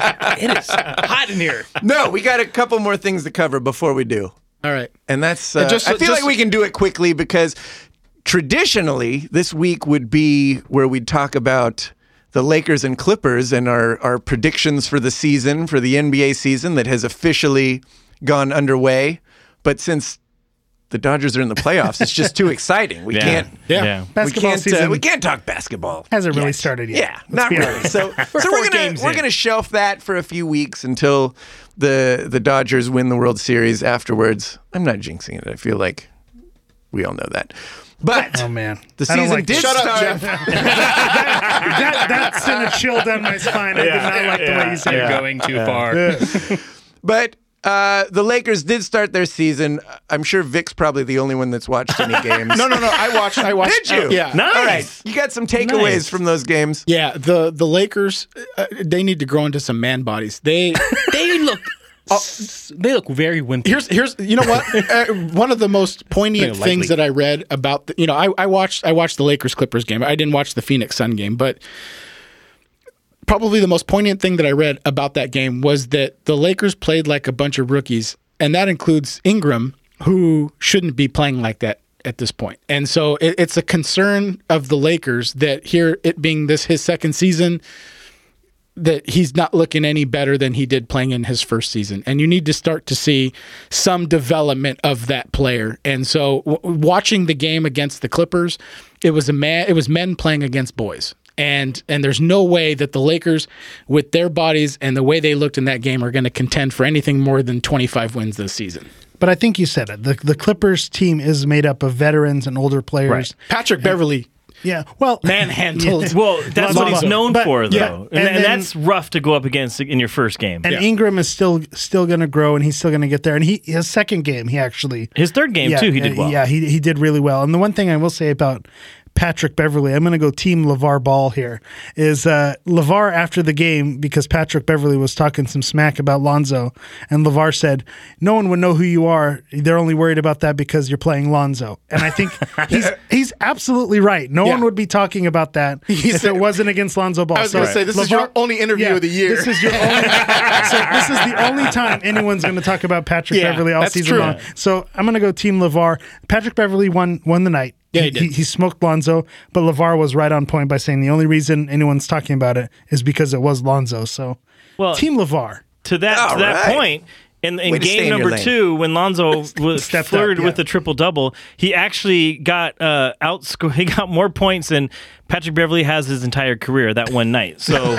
Speaker 4: Hot in here.
Speaker 2: No, we got a couple more things to cover before we do.
Speaker 6: All right.
Speaker 2: And that's. Uh,
Speaker 6: just-
Speaker 2: I feel
Speaker 6: just-
Speaker 2: like we can do it quickly because traditionally this week would be where we'd talk about the Lakers and Clippers and our our predictions for the season for the NBA season that has officially gone underway. But since the Dodgers are in the playoffs, it's just too exciting. We
Speaker 5: Yeah.
Speaker 2: can't.
Speaker 6: Yeah.
Speaker 3: Basketball
Speaker 2: we can't, uh,
Speaker 3: season
Speaker 2: we can't talk basketball.
Speaker 3: hasn't really started yet.
Speaker 2: Yeah,
Speaker 3: Let's
Speaker 2: not
Speaker 3: be
Speaker 2: really.
Speaker 3: honest.
Speaker 2: So, so we're gonna
Speaker 5: games
Speaker 2: we're
Speaker 5: in.
Speaker 2: gonna shelf that for a few weeks until the the Dodgers win the World Series. Afterwards, I'm not jinxing it. I feel like we all know that. But
Speaker 3: Oh man,
Speaker 2: the
Speaker 3: I don't
Speaker 2: season
Speaker 3: like
Speaker 2: did
Speaker 3: this.
Speaker 2: start.
Speaker 3: that, that sent a chill down my spine. I did not like the way you said
Speaker 4: You're
Speaker 3: it.
Speaker 4: going too far.
Speaker 2: But uh, the Lakers did start their season. I'm sure Vic's probably the only one that's watched any games.
Speaker 6: No, no, no. I watched. I watched. uh,
Speaker 2: Did you?
Speaker 6: Yeah.
Speaker 5: Nice.
Speaker 2: All right. You got some takeaways
Speaker 5: Nice.
Speaker 2: from those games.
Speaker 6: Yeah. The the Lakers, uh, they need to grow into some man bodies. They
Speaker 4: They look. s- they look very wimpy.
Speaker 6: here's here's you know what uh, one of the most poignant
Speaker 4: Very likely.
Speaker 6: things that I read about the, you know I, I watched I watched the Lakers Clippers game I didn't watch the Phoenix Sun game but probably the most poignant thing that I read about that game was that the Lakers played like a bunch of rookies and that includes Ingram who shouldn't be playing like that at this point and so it, it's a concern of the Lakers that here it being this his second season that he's not looking any better than he did playing in his first season. And you need to start to see some development of that player. And so w- watching the game against the Clippers it was a man it was men playing against boys. And and there's no way that the Lakers with their bodies and the way they looked in that game are going to contend for anything more than 25 wins this season.
Speaker 3: But I think you said it. The, the Clippers team is made up of veterans and older players.
Speaker 5: Right.
Speaker 6: Patrick Beverly
Speaker 3: Yeah. Well,
Speaker 6: manhandled.
Speaker 5: Well, that's what he's
Speaker 3: Lonzo.
Speaker 5: known
Speaker 3: But-
Speaker 5: for, though,
Speaker 3: yeah,
Speaker 5: and,
Speaker 3: and
Speaker 5: and
Speaker 3: then-
Speaker 5: that's rough to go up against in your first game.
Speaker 3: And
Speaker 5: Yeah.
Speaker 3: Ingram is still still going to grow, and he's still going to get there. And he his second game, he actually
Speaker 5: His third game
Speaker 3: yeah,
Speaker 5: too, he
Speaker 3: uh,
Speaker 5: did well.
Speaker 3: Yeah, he he did really well. And the one thing I will say about Patrick Beverly, I'm going to go team LeVar Ball here. Is uh, LeVar after the game because Patrick Beverly was talking some smack about Lonzo, and LeVar said, "No one would know who you are. They're only worried about that because you're playing Lonzo." And I think he's he's absolutely right. No
Speaker 6: Yeah.
Speaker 3: one would be talking about that if
Speaker 7: said-
Speaker 3: it wasn't against Lonzo Ball.
Speaker 7: I was gonna say, this is your only interview of the year.
Speaker 3: This is your only. so this is the only time anyone's going to talk about Patrick
Speaker 6: Yeah,
Speaker 3: Beverly all
Speaker 6: that's
Speaker 3: season
Speaker 6: true.
Speaker 3: long. So I'm going to go Team Levar. Patrick Beverly won won the night.
Speaker 6: Yeah, he did.
Speaker 3: He, smoked Lonzo, but Levar was right on point by saying the only reason anyone's talking about it is because it was Lonzo. So,
Speaker 5: Well-
Speaker 3: Team Levar.
Speaker 5: to that
Speaker 2: All
Speaker 5: to that
Speaker 2: right.
Speaker 5: point. In, in
Speaker 2: Way to stay
Speaker 5: game
Speaker 2: in your
Speaker 5: number
Speaker 2: lane.
Speaker 5: two, when Lonzo was
Speaker 3: Stepped up,
Speaker 5: flirted with
Speaker 3: yeah.
Speaker 5: the triple double, he actually got uh, out. He got more points than Patrick Beverly has his entire career that one night. So,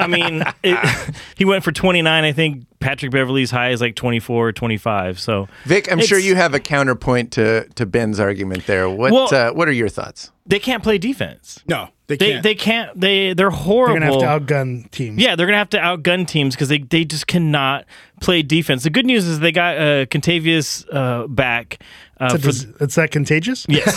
Speaker 5: I mean, it, he went for twenty nine. I think Patrick Beverly's high is like 24 or 25. So,
Speaker 2: Vic, I'm
Speaker 5: It's-
Speaker 2: sure you have a counterpoint to, to Ben's argument there. What
Speaker 5: Well-
Speaker 2: uh, What are your thoughts?
Speaker 5: they can't play defense.
Speaker 6: No, they
Speaker 5: They
Speaker 6: can't.
Speaker 5: they can't. They they're horrible.
Speaker 3: They're going to have to outgun teams.
Speaker 5: Yeah, they're gonna have to outgun teams because they, they just cannot play defense. The good news is they got uh, Contavious uh, back. Uh,
Speaker 3: It's, a dis- it's that contagious?
Speaker 5: yes,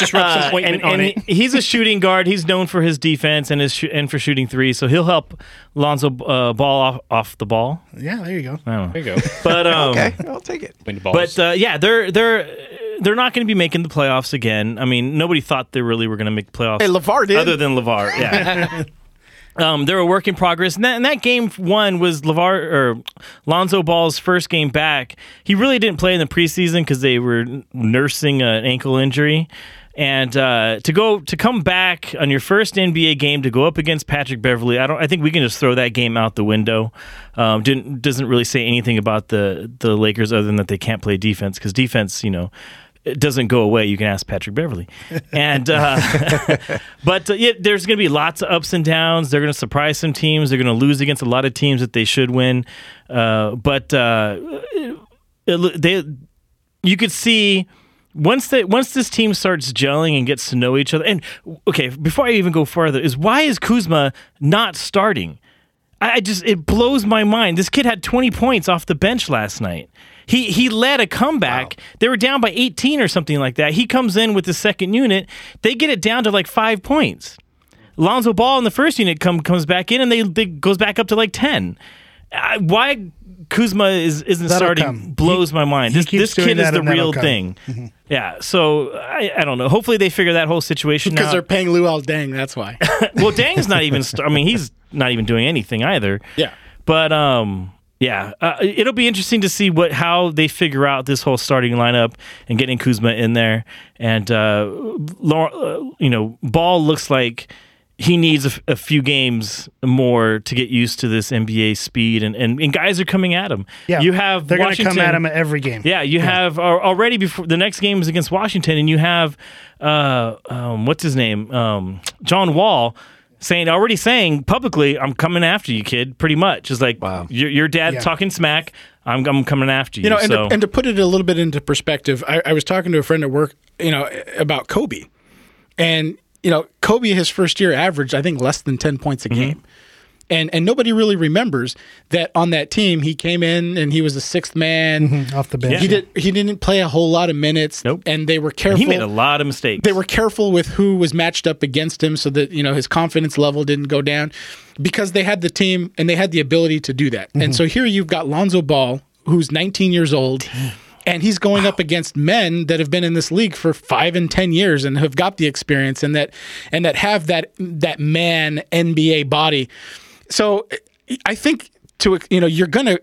Speaker 6: just rub
Speaker 5: Uh, and, and he's a shooting guard. He's known for his defense and his sh- and for shooting three. So he'll help Lonzo uh, ball off, off the ball.
Speaker 3: Yeah, there you go.
Speaker 5: I don't know.
Speaker 4: There you go.
Speaker 5: But um,
Speaker 2: Okay, I'll take it.
Speaker 4: Wind balls.
Speaker 5: But uh, yeah, they're they're they're not going to be making the playoffs again. I mean, nobody thought they really were going to make playoffs.
Speaker 7: Hey, LeVar did.
Speaker 5: other than Levar. Yeah. Um, they're a work in progress, and that, and that game one was Levar or Lonzo Ball's first game back. He really didn't play in the preseason because they were nursing an ankle injury, and uh, to go to come back on your first NBA game to go up against Patrick Beverly, I don't. I think we can just throw that game out the window. Um, didn't doesn't really say anything about the the Lakers other than that they can't play defense because defense, you know, it doesn't go away. You can ask Patrick Beverly, and. Uh, But uh, yeah, there's going to be lots of ups and downs. They're going to surprise some teams. They're going to lose against a lot of teams that they should win. Uh, but uh, it, they, you could see once they once this team starts gelling and gets to know each other. And okay, before I even go farther, is why is Kuzma not starting? I, I just it blows my mind. This kid had 20 points off the bench last night. He he led a comeback. They were down by 18 or something like that. He comes in with the second unit. They get it down to like five points. Lonzo Ball in the first unit come comes back in and they, they goes back up to like 10. I, why Kuzma is isn't
Speaker 3: That'll
Speaker 5: starting
Speaker 3: come.
Speaker 5: blows my mind.
Speaker 3: he
Speaker 5: This
Speaker 3: keeps
Speaker 5: this
Speaker 3: doing
Speaker 5: kid is
Speaker 3: that
Speaker 5: the
Speaker 3: and that'll
Speaker 5: real
Speaker 3: come. Mm-hmm.
Speaker 5: thing. Yeah. So I, I don't know. Hopefully they figure that whole situation
Speaker 6: because
Speaker 5: out.
Speaker 6: they're paying Luol Dang. That's why.
Speaker 5: well, Dang's not even. St- I mean, he's not even doing anything either.
Speaker 6: Yeah.
Speaker 5: But um, yeah, uh, it'll be interesting to see what how they figure out this whole starting lineup and getting Kuzma in there. And uh, Lau- uh, you know, Ball looks like he needs a, f- a few games more to get used to this NBA speed, and and, and guys are coming at him.
Speaker 3: Yeah.
Speaker 5: you have
Speaker 3: They're going to
Speaker 5: Washington-
Speaker 3: come at him at every game.
Speaker 5: yeah, you have al- already before the next game is against Washington, and you have uh, um, what's his name, um, John Wall, saying already saying publicly, "I'm coming after you, kid." Pretty much, it's like your, your dad talking smack. I'm, I'm coming after you.
Speaker 6: You know, and,
Speaker 5: so
Speaker 6: to, and to put it a little bit into perspective, I, I was talking to a friend at work, you know, about Kobe, and you know, Kobe his first year averaged I think less than ten points a
Speaker 5: Mm-hmm.
Speaker 6: game, and and nobody really remembers that on that team he came in and he was the sixth man.
Speaker 3: Off the bench.
Speaker 6: He did he didn't play a whole lot of minutes.
Speaker 5: Mm-hmm. Oh, Nope.
Speaker 6: and they were careful.
Speaker 5: he made a lot of mistakes.
Speaker 6: They were careful with who was matched up against him, so that you know his confidence level didn't go down, because they had the team and they had the ability to do that. And so here you've got Lonzo Ball, who's 19 years old, and he's going up against men that have been in this league for five and 10 years and have got the experience and that and that have that that man NBA body. So I think to you know you're gonna.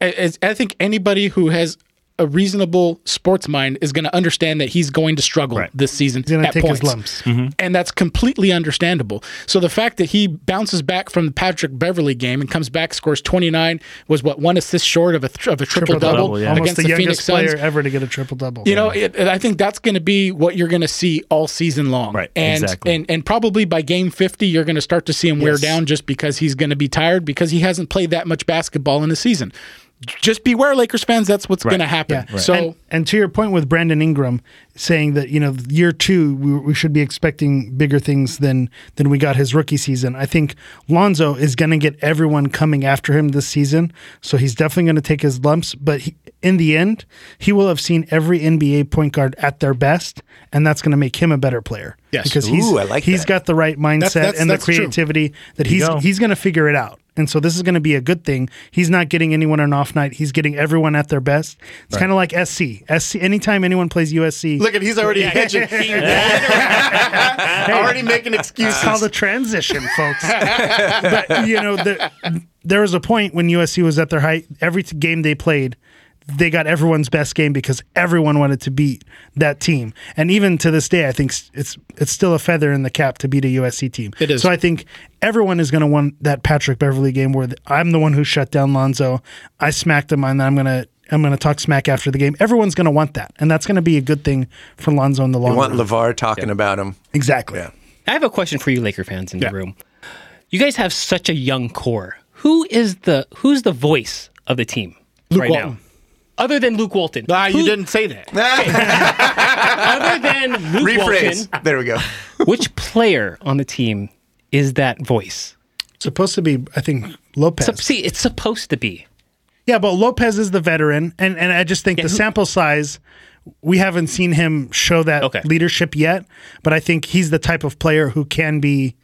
Speaker 6: I, I I think anybody who has a reasonable sports mind is going to understand that he's going to struggle this season. He's
Speaker 3: gonna
Speaker 6: at
Speaker 3: take his
Speaker 6: points. Mm-hmm.
Speaker 3: lumps.
Speaker 6: And that's completely understandable. So the fact that he bounces back from the Patrick Beverly game and comes back, scores 29, was what, one assist short of a, th- of a triple, double,
Speaker 5: Triple-double, yeah.
Speaker 6: against
Speaker 3: Almost
Speaker 6: the,
Speaker 3: the,
Speaker 6: Phoenix
Speaker 3: youngest
Speaker 6: Suns.
Speaker 3: player ever to get a triple double.
Speaker 6: You know, it, I think that's going to be what you're going to see all season long.
Speaker 5: Right,
Speaker 6: And,
Speaker 5: exactly.
Speaker 6: and and probably by game 50, you're going to start to see him wear down just because he's going to be tired because he hasn't played that much basketball in the season. Just beware, Lakers fans. That's what's going to happen.
Speaker 3: Yeah.
Speaker 6: So.
Speaker 3: and, and to your point with Brandon Ingram saying that you know year two we, we should be expecting bigger things than than we got his rookie season. I think Lonzo is going to get everyone coming after him this season, so he's definitely going to take his lumps. But he, in the end, he will have seen every NBA point guard at their best, and that's going to make him a better player.
Speaker 6: Yes.
Speaker 3: because he's
Speaker 2: Ooh, I like
Speaker 3: he's
Speaker 2: that.
Speaker 3: got the right mindset
Speaker 6: that's-
Speaker 3: and
Speaker 6: that's
Speaker 3: the
Speaker 6: true.
Speaker 3: creativity that he's
Speaker 5: go.
Speaker 3: he's going to figure it out. And so this is going to be a good thing. He's not getting anyone an off night. He's getting everyone at their best. It's kind of like SC. SC. Anytime anyone plays USC,
Speaker 7: Look at he's already hedging. already making
Speaker 3: it's called
Speaker 7: excuses.
Speaker 3: a transition, folks. but you know, the, there was a point when USC was at their height. Every t- game they played, they got everyone's best game because everyone wanted to beat that team. And even to this day, I think s- it's it's still a feather in the cap to beat a USC team.
Speaker 6: It is.
Speaker 3: So I think everyone is going to want that Patrick Beverly game where th- I'm the one who shut down Lonzo. I smacked him, and I'm gonna. I'm going to talk smack after the game. Everyone's going to want that, and that's going to be a good thing for Lonzo in the long
Speaker 2: I want
Speaker 3: run.
Speaker 2: Levar talking about him.
Speaker 3: exactly.
Speaker 4: I have a question for you, Laker fans in the room. You guys have such a young core. Who is the who's the voice of the team right now?
Speaker 6: Walton.
Speaker 4: Other than Luke Walton,
Speaker 7: Ah, you
Speaker 4: Who-
Speaker 7: didn't say that.
Speaker 4: Other than Luke
Speaker 2: Rephrase. There we go.
Speaker 4: Walton, which player on the team is that voice?
Speaker 3: Supposed to be, I think, Lopez.
Speaker 4: So, see, it's supposed to be.
Speaker 3: Yeah, but Lopez is the veteran, and and I just think the
Speaker 4: who-
Speaker 3: sample size, we haven't seen him show that
Speaker 4: Okay.
Speaker 3: leadership yet. But I think he's the type of player who can be,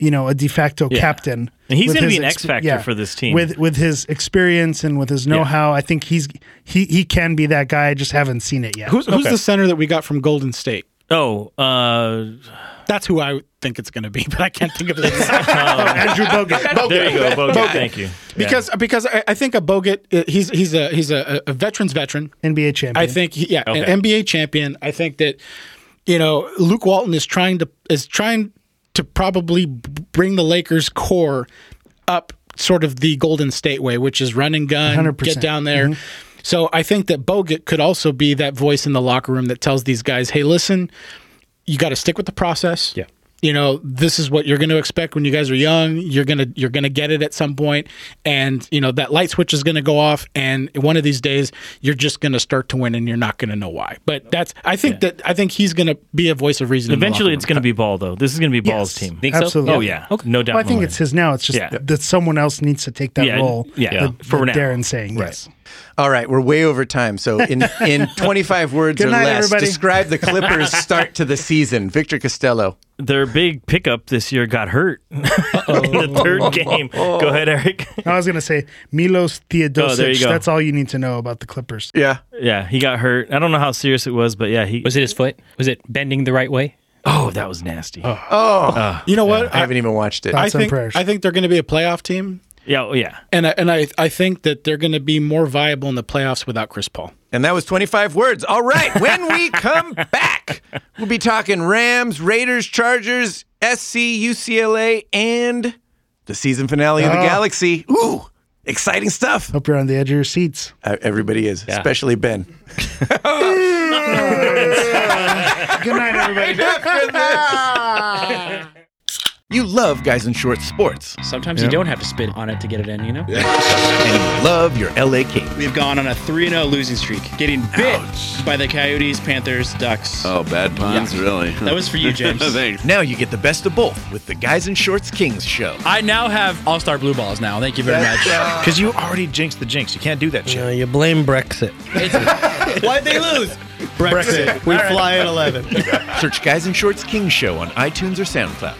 Speaker 3: you know, a de facto captain.
Speaker 5: And he's
Speaker 3: with
Speaker 5: gonna be
Speaker 3: his
Speaker 5: an X factor for this team.
Speaker 3: with with his experience and with his know how. I think he's he he can be that guy. I just haven't seen it yet.
Speaker 6: Who's, who's the center that we got from Golden State?
Speaker 5: Oh, uh,
Speaker 6: That's who I think it's going to be, but I can't think of it.
Speaker 3: Andrew Bogut?
Speaker 5: um, there you go, Bogut. Thank you.
Speaker 6: because because I, I think a Bogut, uh, he's he's a he's a, a veteran's veteran.
Speaker 3: NBA champion.
Speaker 6: I think he, yeah, an NBA champion. I think that you know Luke Walton is trying to is trying to probably b- bring the Lakers core up sort of the Golden State way, which is run and gun,
Speaker 3: 100%.
Speaker 6: get down there. So I think that Bogut could also be that voice in the locker room that tells these guys, "Hey, listen, you got to stick with the process." Yeah. You know, this is what you're going to expect when you guys are young. You're going to you're going to get it at some point and, you know, that light switch is going to go off and one of these days you're just going to start to win and you're not going to know why. But that's I think that I think he's going to be a voice of reason. in the
Speaker 5: Eventually,
Speaker 6: locker
Speaker 5: it's going to be Ball, though. This is going to be Ball's team.
Speaker 4: Think
Speaker 3: Absolutely.
Speaker 5: Oh,
Speaker 4: So?
Speaker 5: yeah. No doubt.
Speaker 3: Well, I think
Speaker 5: in my
Speaker 3: it's his now. It's just
Speaker 5: Yeah.
Speaker 3: that someone else needs to take that
Speaker 5: Yeah,
Speaker 3: role.
Speaker 5: yeah,
Speaker 3: that,
Speaker 5: for
Speaker 3: that
Speaker 5: now.
Speaker 3: Darren's saying yes.
Speaker 2: All right, we're way over time. So in in 25 words
Speaker 3: Good
Speaker 2: or
Speaker 3: night,
Speaker 2: less,
Speaker 3: everybody.
Speaker 2: describe the Clippers' start to the season. Victor Costello.
Speaker 5: Their big pickup this year got hurt in the third game. Go ahead, Eric.
Speaker 3: I was gonna say Milos Theodosic.
Speaker 5: Oh, there you go.
Speaker 3: That's all you need to know about the Clippers.
Speaker 2: Yeah.
Speaker 5: yeah, he got hurt. I don't know how serious it was, but yeah, he.
Speaker 4: Was it his foot? Was it bending the right way?
Speaker 5: oh, that was nasty.
Speaker 6: room. You know what?
Speaker 2: I haven't even watched it.
Speaker 6: I, I
Speaker 3: Thoughts and
Speaker 6: think
Speaker 3: prayers.
Speaker 6: I think they're going to be a playoff team
Speaker 5: Yeah, oh, yeah.
Speaker 6: and I, and I I think that they're going to be more viable in the playoffs without Chris Paul.
Speaker 2: And that was 25 words. All right. When we come back, we'll be talking Rams, Raiders, Chargers, SC, UCLA, and the season finale of the Galaxy. Ooh, exciting stuff.
Speaker 3: Hope you're on the edge of your seats.
Speaker 2: Uh, everybody is, especially Ben.
Speaker 3: Good night, everybody.
Speaker 2: You love guys in short sports,
Speaker 8: Sometimes you don't have to spit on it to get it in, you know?
Speaker 2: and you love your LA Kings.
Speaker 8: We've gone on a 3 0 losing streak, getting bit by the Coyotes, Panthers, Ducks.
Speaker 9: Oh, bad puns, really?
Speaker 8: That was for you, James.
Speaker 9: Thanks.
Speaker 2: Now you get the best of both with the Guys in Shorts Kings show.
Speaker 8: I now have All Star Blue Balls now. Thank you very much.
Speaker 10: Because you already jinxed the jinx. You can't do that shit.
Speaker 11: you blame Brexit.
Speaker 8: Why'd they lose? Brexit.
Speaker 7: We fly at eleven.
Speaker 2: Search Guys in Shorts Kings show on iTunes or SoundCloud.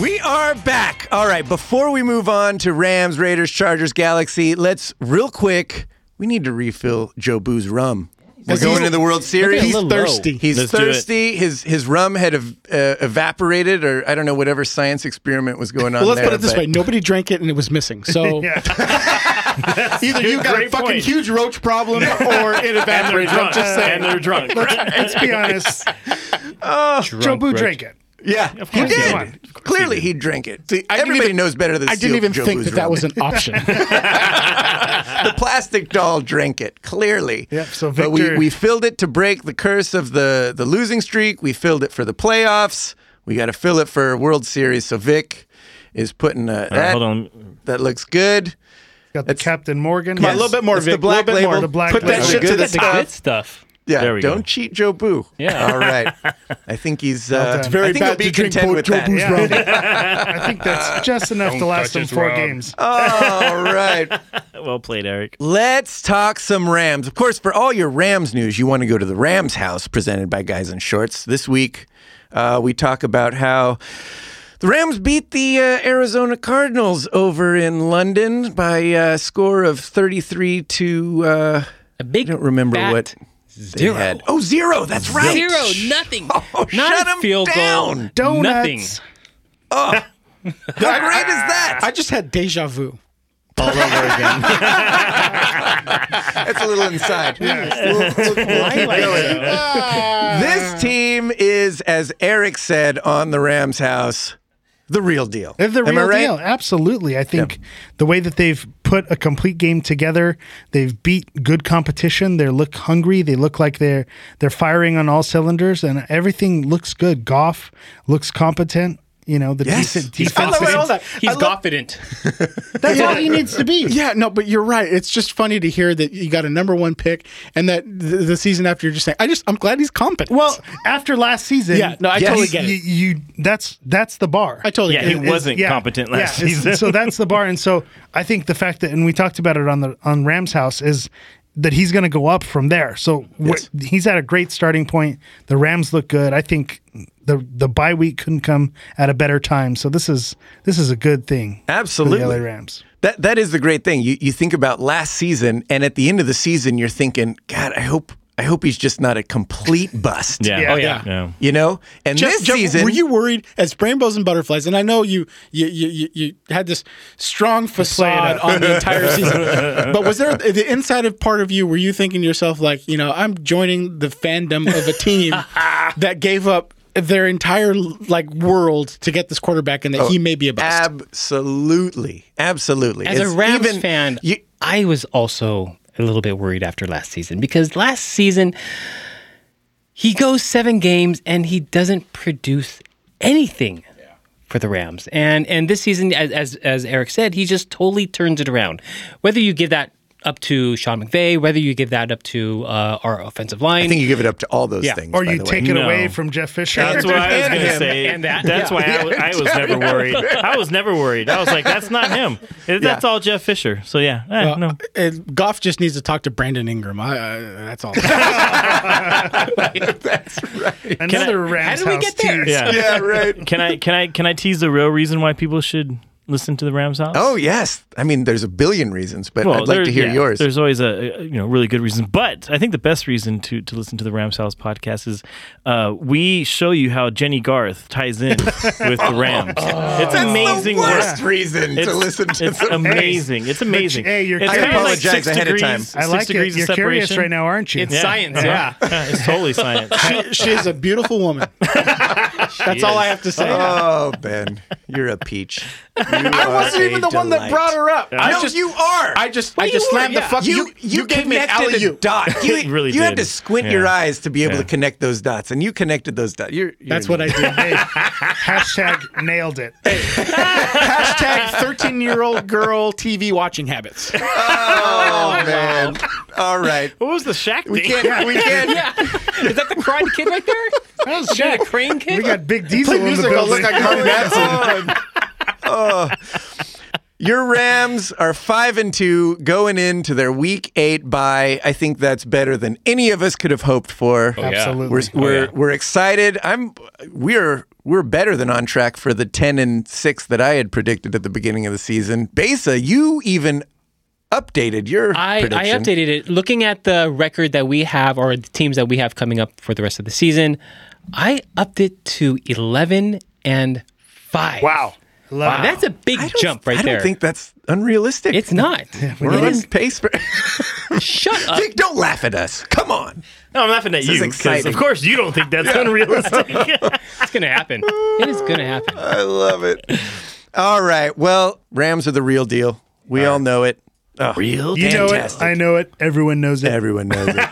Speaker 2: We are back. All right, before we move on to Rams, Raiders, Chargers, Galaxy, let's real quick, we need to refill Joe Boo's rum. We're going to the World Series.
Speaker 4: He's thirsty.
Speaker 2: He's
Speaker 5: Let's do it.
Speaker 2: thirsty. His his rum had ev- uh, evaporated, or I don't know whatever science experiment was going on.
Speaker 6: Well, let's
Speaker 2: there,
Speaker 6: put it this
Speaker 2: but-
Speaker 6: way: nobody drank it and it was missing. So
Speaker 7: Either you got a
Speaker 5: Great
Speaker 7: fucking
Speaker 5: point.
Speaker 7: huge roach problem or it
Speaker 5: And they're
Speaker 7: evaporated. I'm
Speaker 5: drunk.
Speaker 7: just
Speaker 5: And
Speaker 7: saying.
Speaker 5: they're drunk.
Speaker 3: Let's be honest.
Speaker 7: Oh.
Speaker 3: Joe
Speaker 4: Drunk
Speaker 3: Boo
Speaker 4: roach.
Speaker 3: drank it.
Speaker 2: Yeah, he
Speaker 3: he
Speaker 2: did.
Speaker 3: did. Of
Speaker 2: Clearly, he drank it.
Speaker 7: I didn't
Speaker 2: Everybody
Speaker 7: even-
Speaker 2: knows better than
Speaker 6: I didn't
Speaker 2: Seal
Speaker 6: even
Speaker 2: Joe
Speaker 6: think
Speaker 2: Boo's
Speaker 6: that that
Speaker 2: rum.
Speaker 6: was an option.
Speaker 2: the plastic doll drank it. Clearly,
Speaker 3: Yep, so
Speaker 2: but we,
Speaker 3: Victor-
Speaker 2: we filled it to break the curse of the the losing streak. We filled it for the playoffs. We got to fill it for World Series. So Vic is putting a, that.
Speaker 5: Hold on.
Speaker 2: That looks good.
Speaker 3: Got the Captain Morgan.
Speaker 7: Come on, a little bit more,
Speaker 2: It's
Speaker 7: Vic.
Speaker 2: the black
Speaker 7: little bit
Speaker 2: label.
Speaker 7: More.
Speaker 3: The black
Speaker 7: Put that
Speaker 3: label.
Speaker 7: shit
Speaker 2: Good
Speaker 7: to
Speaker 2: at
Speaker 7: the
Speaker 4: That's the
Speaker 7: top.
Speaker 4: good stuff.
Speaker 2: Yeah,
Speaker 5: There we go.
Speaker 2: don't cheat Joe Boo.
Speaker 4: Yeah.
Speaker 2: All right. I think he's. Uh,
Speaker 3: done.
Speaker 2: I
Speaker 7: Very
Speaker 2: think he'll
Speaker 7: bad
Speaker 2: be
Speaker 7: to drink
Speaker 2: content
Speaker 7: both
Speaker 2: with
Speaker 7: Joe
Speaker 2: that.
Speaker 7: Boo's
Speaker 3: Yeah, I
Speaker 7: rum.
Speaker 3: think- I think that's just enough to last him four games.
Speaker 7: Uh,
Speaker 2: All right.
Speaker 5: Well played, Eric.
Speaker 2: Let's talk some Rams. Of course, for all your Rams news, you want to go to the Rams house presented by Guys in Shorts. This week, uh, we talk about how the Rams beat the uh, Arizona Cardinals over in London by a score of 33 to. Uh,
Speaker 4: A big
Speaker 2: I don't remember
Speaker 4: fat
Speaker 2: what they
Speaker 4: zero.
Speaker 2: had. Oh, zero. That's right.
Speaker 4: Zero, nothing.
Speaker 2: Oh,
Speaker 4: Not
Speaker 2: shut
Speaker 4: a
Speaker 2: 'em
Speaker 4: field goal.
Speaker 2: down.
Speaker 3: Donuts.
Speaker 4: Nothing.
Speaker 2: How great is that?
Speaker 6: I just had deja vu.
Speaker 7: All over again.
Speaker 2: That's a little inside. We'll- we'll- we'll keep going.
Speaker 4: Uh.
Speaker 2: This team is, as Eric said on the Rams house, the real deal.
Speaker 3: They're the
Speaker 2: Am
Speaker 3: real
Speaker 2: I right?
Speaker 3: deal. Absolutely. I think the way that they've put a complete game together, they've beat good competition. They look hungry. They look like they're they're firing on all cylinders, and everything looks good. Goff looks competent. You know the
Speaker 2: Yes.
Speaker 3: decent
Speaker 2: He's
Speaker 3: defense.
Speaker 7: confident.
Speaker 3: is-
Speaker 7: Hold on.
Speaker 4: He's
Speaker 7: I love-
Speaker 4: confident.
Speaker 3: That's all he needs to be.
Speaker 6: Yeah, no, but you're right. It's just funny to hear that you got a number one pick and that the, the season after you're just saying, I just, I'm glad he's competent.
Speaker 3: Well, after last season,
Speaker 6: Yeah, no, I
Speaker 2: Yes.
Speaker 6: totally get
Speaker 3: you,
Speaker 6: it.
Speaker 3: you that's that's the bar.
Speaker 6: I totally
Speaker 5: Yeah,
Speaker 6: get
Speaker 5: he
Speaker 6: it.
Speaker 3: is-
Speaker 5: wasn't
Speaker 3: yeah,
Speaker 5: competent last
Speaker 3: yeah, it's-
Speaker 5: season.
Speaker 3: so that's the bar. And so I think the fact that, and we talked about it on the on Rams House, is that he's going to go up from there. So wh- he's at a great starting point. The Rams look good. I think the the bye week couldn't come at a better time. So this is this is a good thing.
Speaker 2: Absolutely.
Speaker 3: for the LA Rams.
Speaker 2: That that is the great thing. You you think about last season, and at the end of the season, you're thinking, God, I hope I hope he's just not a complete bust.
Speaker 5: Yeah.
Speaker 4: Oh, yeah.
Speaker 5: Yeah.
Speaker 2: You know, and
Speaker 6: Jeff-
Speaker 2: this
Speaker 6: Jeff,
Speaker 2: season,
Speaker 6: were you worried as rainbows and butterflies? And I know you you you, you, you had this strong facade on the entire season, but was there the inside of part of you? Were you thinking to yourself like, you know, I'm joining the fandom of a team that gave up their entire like world to get this quarterback, and that
Speaker 2: Oh,
Speaker 6: he may be a bust?
Speaker 2: absolutely, absolutely.
Speaker 4: As
Speaker 2: It's
Speaker 4: a Rams
Speaker 2: even-
Speaker 4: fan,
Speaker 2: you-
Speaker 4: I was also a little bit worried after last season because last season he goes seven games and he doesn't produce anything for the Rams. And and this season, as as, as Eric said, he just totally turns it around. Whether you give that up to Sean McVay, whether you give that up to uh, our offensive line,
Speaker 2: I think you give it up to all those things.
Speaker 3: Or
Speaker 2: by
Speaker 3: you
Speaker 2: the way.
Speaker 3: take it
Speaker 5: No.
Speaker 3: away from Jeff Fisher.
Speaker 5: That's what I was
Speaker 2: And
Speaker 5: going to
Speaker 2: him.
Speaker 5: say.
Speaker 4: And that.
Speaker 5: That's why I was, I was never worried. I was never worried. I was like, that's not him. That's all Jeff Fisher. So, yeah. Eh, no.
Speaker 6: Uh, And Goff just needs to talk to Brandon Ingram. I, I, that's all.
Speaker 3: Another Rams
Speaker 4: how did we
Speaker 3: house
Speaker 4: get there?
Speaker 3: tease.
Speaker 5: Yeah.
Speaker 2: Yeah, right.
Speaker 5: Can I can I can I tease the real reason why people should listen to the Rams House?
Speaker 2: Oh yes, I mean there's a billion reasons, but I'd like
Speaker 5: there-
Speaker 2: to hear
Speaker 5: yeah,
Speaker 2: yours.
Speaker 5: There's always a a, you know really good reason, but I think the best reason to to listen to the Rams House podcast is uh, we show you how Jenny Garth ties in with the Rams. it's
Speaker 2: That's
Speaker 5: amazing
Speaker 2: the
Speaker 5: work.
Speaker 2: worst reason to listen to
Speaker 5: it's
Speaker 2: the
Speaker 5: amazing. It's amazing.
Speaker 3: hey, you're
Speaker 5: it's
Speaker 3: I
Speaker 5: kinda
Speaker 2: apologize
Speaker 5: six
Speaker 2: ahead of time.
Speaker 5: degrees-
Speaker 3: I
Speaker 5: six
Speaker 3: like it.
Speaker 5: degrees of
Speaker 3: You're curious
Speaker 5: separation.
Speaker 3: right now, aren't you?
Speaker 4: it's science. Yeah.
Speaker 5: Yeah, it's totally science.
Speaker 6: she, she is a beautiful woman. that's all I have to say.
Speaker 2: Oh Ben, you're a peach. I
Speaker 7: wasn't even the one that brought her up.
Speaker 2: I
Speaker 7: I
Speaker 2: no,
Speaker 7: just,
Speaker 2: you are.
Speaker 6: I just I just slammed the fuck
Speaker 2: you, you,
Speaker 7: gave me an
Speaker 2: connected a
Speaker 7: alley-oop.
Speaker 2: dot. You,
Speaker 5: Really
Speaker 2: you had
Speaker 5: did.
Speaker 2: to squint your
Speaker 5: Yeah.
Speaker 2: eyes to be able
Speaker 5: Yeah.
Speaker 2: to connect those dots, and you connected those dots. You're, you're
Speaker 6: That's what I did.
Speaker 3: Hashtag nailed it.
Speaker 6: Hashtag 13 year old girl TV watching habits.
Speaker 2: Oh man! All right,
Speaker 5: What was the Shaq
Speaker 2: we
Speaker 5: thing?
Speaker 2: can't. We can't.
Speaker 4: Is that the crying kid right there? That was that a crane kid?
Speaker 3: We got Big Diesel in the
Speaker 7: music, I'll look
Speaker 3: building.
Speaker 7: like Harry Madsen.
Speaker 2: Oh. Your Rams are five and two going into their Week Eight bye. I think that's better than any of us could have hoped for.
Speaker 3: Oh, Absolutely.
Speaker 2: We're we're, we're excited. I'm we're we're better than on track for the ten and six that I had predicted at the beginning of the season. Besa, you even updated your
Speaker 4: I,
Speaker 2: prediction.
Speaker 4: I updated it. Looking at the record that we have or the teams that we have coming up for the rest of the season, I upped it to 11 and 5. Wow.
Speaker 3: Wow.
Speaker 4: That's a big
Speaker 2: I don't-
Speaker 4: jump right
Speaker 2: I don't
Speaker 4: there.
Speaker 2: think that's unrealistic.
Speaker 4: it's not. Uh,
Speaker 2: We're
Speaker 4: It
Speaker 2: on
Speaker 4: is-
Speaker 2: pace for.
Speaker 4: shut up.
Speaker 2: Dick, don't laugh at us. Come on.
Speaker 5: No, I'm laughing at
Speaker 2: is
Speaker 5: you because,
Speaker 2: exciting.
Speaker 5: of course, you don't think that's unrealistic.
Speaker 4: It's going to happen. It is going to happen.
Speaker 2: I love it. All right. Well, Rams are the real deal. We all know it.
Speaker 6: Oh,
Speaker 2: real
Speaker 3: You know it. I know it. Everyone knows it.
Speaker 2: Everyone knows it.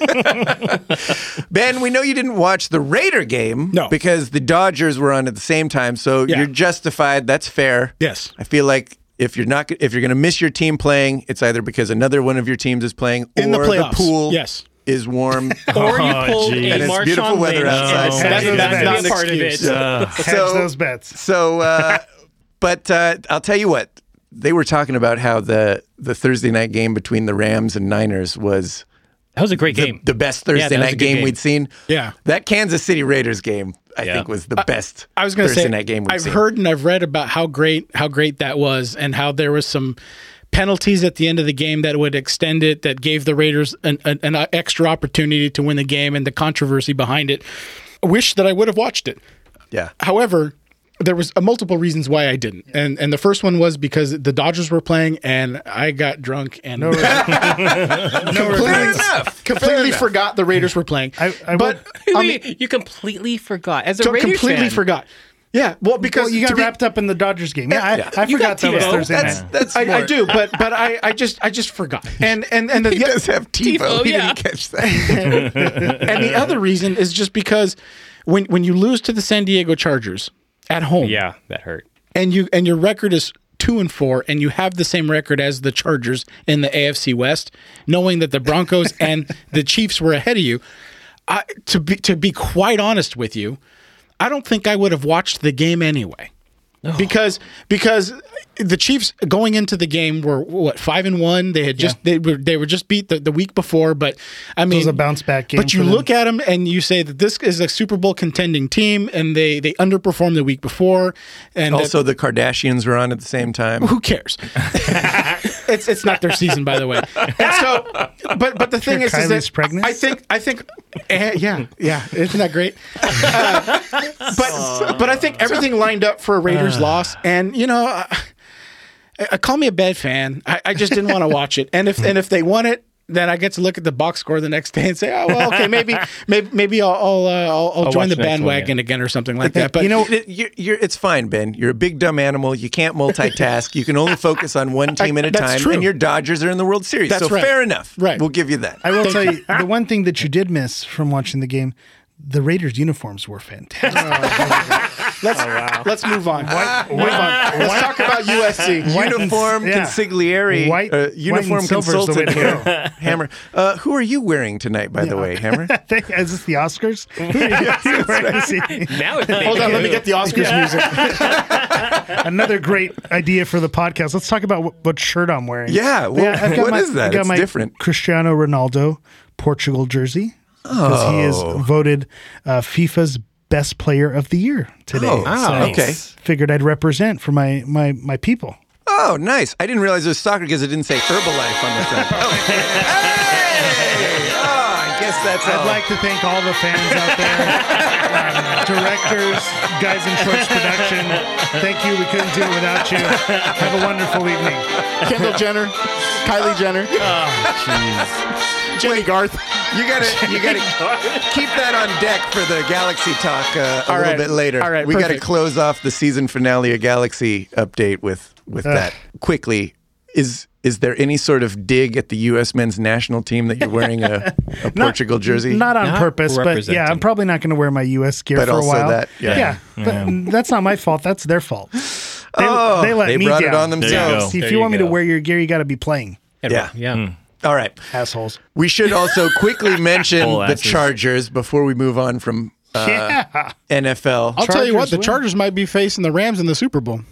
Speaker 2: ben, we know you didn't watch the Raider game
Speaker 6: No.
Speaker 2: because the Dodgers were on at the same time, so
Speaker 6: Yeah.
Speaker 2: you're justified. That's fair.
Speaker 6: Yes.
Speaker 2: I feel like if you're not if you're going to miss your team playing, it's either because another one of your teams is playing
Speaker 6: In the
Speaker 2: or
Speaker 6: playoffs.
Speaker 2: pool
Speaker 6: Yes.
Speaker 2: is warm.
Speaker 5: Oh,
Speaker 4: Or you pulled
Speaker 5: geez.
Speaker 4: a
Speaker 2: And it's
Speaker 4: Marshawn
Speaker 2: beautiful weather
Speaker 4: Lynch, and
Speaker 2: outside.
Speaker 4: That's,
Speaker 3: That's
Speaker 4: that's
Speaker 3: not
Speaker 4: not
Speaker 3: an
Speaker 4: part of it.
Speaker 8: excuse.
Speaker 3: Catch
Speaker 2: So-
Speaker 3: those bets.
Speaker 2: So, uh, but uh, I'll tell you what they were talking about how the the Thursday night game between the Rams and Niners was
Speaker 4: That was a great
Speaker 2: the,
Speaker 4: game.
Speaker 2: the best
Speaker 4: Yeah, that
Speaker 2: Thursday
Speaker 4: was a
Speaker 2: night
Speaker 4: good
Speaker 2: game,
Speaker 4: game.
Speaker 2: we'd seen.
Speaker 6: Yeah.
Speaker 2: that Kansas City Raiders game I
Speaker 4: Yeah.
Speaker 2: think was the best.
Speaker 6: I was going to
Speaker 2: Thursday
Speaker 6: say
Speaker 2: night game we've
Speaker 6: I've
Speaker 2: seen.
Speaker 6: heard and I've read about how great how great that was and how there was some penalties at the end of the game that would extend it that gave the Raiders an, an, an extra opportunity to win the game and the controversy behind it. I wish that I would have watched it.
Speaker 2: Yeah,
Speaker 6: However, there was uh, multiple reasons why I didn't, and and the first one was because the Dodgers were playing and I got drunk and
Speaker 2: fair
Speaker 6: completely,
Speaker 2: enough.
Speaker 6: completely forgot the Raiders were playing.
Speaker 3: I- I
Speaker 6: but
Speaker 4: Wait,
Speaker 6: I mean,
Speaker 4: wait, you completely forgot. As a
Speaker 6: so
Speaker 4: Raiders
Speaker 6: completely
Speaker 4: fan,
Speaker 6: forgot. Yeah, well, because
Speaker 3: Well, you
Speaker 6: to
Speaker 3: got
Speaker 6: be-
Speaker 3: wrapped up in the Dodgers game. Yeah, I, I
Speaker 4: You got
Speaker 3: forgot that was
Speaker 4: Tebow.
Speaker 3: Thursday
Speaker 2: Oh, That's
Speaker 3: night.
Speaker 2: that's
Speaker 6: I, I
Speaker 2: more-
Speaker 6: do, but but I, I just I just forgot. And and and the,
Speaker 2: He does have TiVo.
Speaker 4: TiVo,
Speaker 2: he
Speaker 4: yeah.
Speaker 2: didn't catch that.
Speaker 6: and the other reason is just because when when you lose to the San Diego Chargers at home,
Speaker 4: Yeah, that hurt.
Speaker 6: and you and your record is two and four, and you have the same record as the Chargers in the AFC West, knowing that the Broncos and the Chiefs were ahead of you. I, to be to be quite honest with you, I don't think I would have watched the game anyway, because because the Chiefs going into the game were what five and one. They had just they were they were just beat the, the week before, but I mean
Speaker 3: It was a bounce back game.
Speaker 6: but you
Speaker 3: for them.
Speaker 6: look at them and you say that this is a Super Bowl contending team, and they they underperformed the week before, and that-
Speaker 2: also, the Kardashians were on at the same time.
Speaker 6: who cares? it's it's not their season, by the way. And so, but but the thing is, is
Speaker 3: Kylie's
Speaker 6: that
Speaker 3: pregnant?
Speaker 6: I think I think, eh, yeah, yeah, isn't that great? Uh, but but I think everything lined up for a Raiders loss, and you know. Uh, uh, call me a bad fan. I, I just didn't want to watch it. And if and if they won it, then I get to look at the box score the next day and say, oh well, okay, maybe maybe maybe I'll I'll, uh, I'll, I'll join
Speaker 4: watch the
Speaker 6: the
Speaker 4: next one,
Speaker 6: bandwagon
Speaker 4: yeah.
Speaker 6: again or something like that. But
Speaker 2: you know, it, you're, you're, it's fine, Ben. You're a big dumb animal. You can't multitask. You can only focus on one team at a
Speaker 6: That's
Speaker 2: time.
Speaker 6: true.
Speaker 2: And your Dodgers are in the World Series,
Speaker 6: That's
Speaker 2: so
Speaker 6: right.
Speaker 2: fair enough.
Speaker 6: Right.
Speaker 2: we'll give you that.
Speaker 3: I will tell you the one thing that you did miss from watching the game: the Raiders uniforms were fantastic.
Speaker 6: let's
Speaker 3: Oh,
Speaker 6: let's move on. Move on. Let's talk about USC.
Speaker 2: uniform
Speaker 3: yeah.
Speaker 2: consigliere,
Speaker 3: White-
Speaker 2: uh,
Speaker 3: white
Speaker 2: uniform
Speaker 3: and silver is the way
Speaker 2: consultant
Speaker 3: to
Speaker 2: here, Hammer. Uh, who are you wearing tonight, by the way, Hammer?
Speaker 3: I think- Is this the Oscars?
Speaker 4: Now it's
Speaker 6: Hold on, let me get the Oscars music.
Speaker 3: Another great idea for the podcast. Let's talk about what, what shirt I'm wearing.
Speaker 2: Yeah, well,
Speaker 3: I've got
Speaker 2: what
Speaker 3: my-
Speaker 2: is that?
Speaker 3: I've got
Speaker 2: It's
Speaker 3: my
Speaker 2: different.
Speaker 3: Cristiano Ronaldo Portugal jersey because he
Speaker 2: Oh.
Speaker 3: is voted uh, FIFA's best player of the year today.
Speaker 2: Oh,
Speaker 3: So
Speaker 2: okay.
Speaker 3: Figured I'd represent for my my my people.
Speaker 2: Oh, nice. I didn't realize it was soccer because it didn't say Herbalife on the front. Oh, hey! oh I guess that's how.
Speaker 3: I'd like to thank all the fans out there, um, directors, guys in shorts production. Thank you. We couldn't do it without you. Have a wonderful evening.
Speaker 6: Kendall Jenner,
Speaker 2: Oh.
Speaker 6: Kylie Jenner, Jenny Garth.
Speaker 2: you gotta, you gotta keep that on deck for the Galaxy talk uh, a
Speaker 6: All
Speaker 2: little
Speaker 6: right.
Speaker 2: bit later.
Speaker 6: All right,
Speaker 2: we gotta
Speaker 6: perfect.
Speaker 2: close off the season finale of Galaxy update with with that quickly. Is is there any sort of dig at the U.S. men's national team that you're wearing a, a Portugal jersey?
Speaker 3: Not on
Speaker 4: Not
Speaker 3: purpose, but yeah, I'm
Speaker 4: representing.
Speaker 3: probably not going to wear my U.S. gear
Speaker 2: But
Speaker 3: for
Speaker 2: also
Speaker 3: a while.
Speaker 2: that, yeah.
Speaker 3: but that's not my fault. That's their fault. They,
Speaker 2: Oh,
Speaker 3: they let
Speaker 2: they
Speaker 3: me
Speaker 2: brought it
Speaker 3: down.
Speaker 2: on themselves.
Speaker 5: There you go.
Speaker 3: See,
Speaker 4: Oh,
Speaker 3: if
Speaker 4: There
Speaker 3: you
Speaker 4: you
Speaker 3: want me to
Speaker 4: go.
Speaker 3: wear your gear, you got to be playing,
Speaker 2: Yeah. Hmm.
Speaker 4: Yeah.
Speaker 2: All right.
Speaker 3: assholes.
Speaker 2: We should also quickly mention
Speaker 5: Whole
Speaker 2: the
Speaker 5: asses.
Speaker 2: Chargers before we move on from uh,
Speaker 3: yeah. Oh,
Speaker 2: NFL.
Speaker 6: I'll tell you what,
Speaker 3: Chargers
Speaker 6: the
Speaker 3: win.
Speaker 6: Chargers might be facing the Rams in the Super Bowl.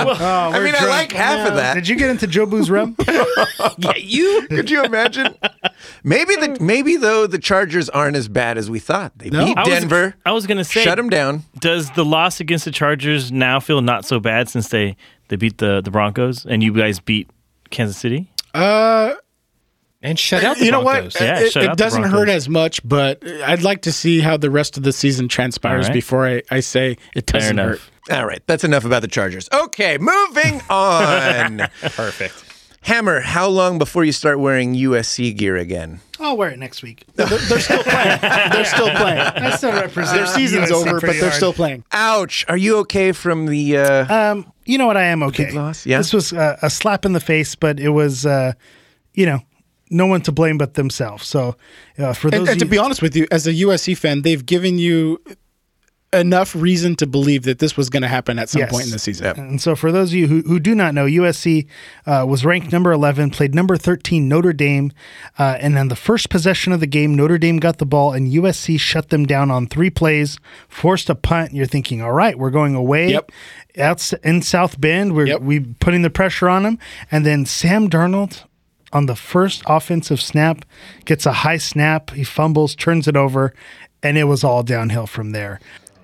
Speaker 3: Oh,
Speaker 2: I
Speaker 3: we're
Speaker 2: mean, I
Speaker 3: drunk.
Speaker 2: like half of that.
Speaker 3: Did you get into Joe Boo's room?
Speaker 4: Yeah, you.
Speaker 2: Could you imagine? maybe the maybe though the Chargers aren't as bad as we thought. They beat
Speaker 5: I was-
Speaker 2: Denver.
Speaker 5: I was gonna say-
Speaker 2: shut them down.
Speaker 5: Does the loss against the Chargers now feel not so bad since they They beat the the Broncos, and you guys beat Kansas City.
Speaker 4: and shut out the
Speaker 6: you know
Speaker 4: Broncos.
Speaker 6: what?
Speaker 5: Yeah,
Speaker 6: it,
Speaker 5: shut
Speaker 6: it
Speaker 5: out the
Speaker 6: doesn't
Speaker 5: Broncos.
Speaker 6: hurt as much, but I'd like to see how the rest of the season transpires
Speaker 5: All right.
Speaker 6: before I, I say it
Speaker 5: Fair
Speaker 6: doesn't
Speaker 5: enough.
Speaker 6: hurt.
Speaker 2: All right, that's enough about the Chargers. Okay, moving on.
Speaker 8: Perfect.
Speaker 2: Hammer, how long before you start wearing USC gear again?
Speaker 3: I'll wear it next week.
Speaker 7: They're still playing. They're still playing.
Speaker 3: I still represent.
Speaker 7: Their season's
Speaker 3: USC
Speaker 7: over, but
Speaker 3: pretty
Speaker 7: they're
Speaker 3: hard.
Speaker 7: still playing.
Speaker 2: Ouch! Are you okay from the? Uh,
Speaker 3: Um, you know what? I am okay.
Speaker 2: big loss, yeah.
Speaker 3: This was uh, a slap in the face, but it was, uh, you know, no one to blame but themselves. So uh, for those,
Speaker 6: And, and to
Speaker 3: of
Speaker 6: be
Speaker 3: you-
Speaker 6: honest with you, as a USC fan, they've given you enough reason to believe that this was going to happen at some
Speaker 3: Yes.
Speaker 6: point in the season.
Speaker 3: and so for those of you who, who do not know, USC uh, was ranked number 11, played number 13 Notre Dame, uh, and then the first possession of the game, Notre Dame got the ball and USC shut them down on three plays, forced a punt. You're thinking, all right, we're going away.
Speaker 6: Yep.
Speaker 3: Out in South Bend, we're
Speaker 6: Yep.
Speaker 3: we putting the pressure on them, and then Sam Darnold on the first offensive snap gets a high snap, he fumbles, turns it over, and it was all downhill from there.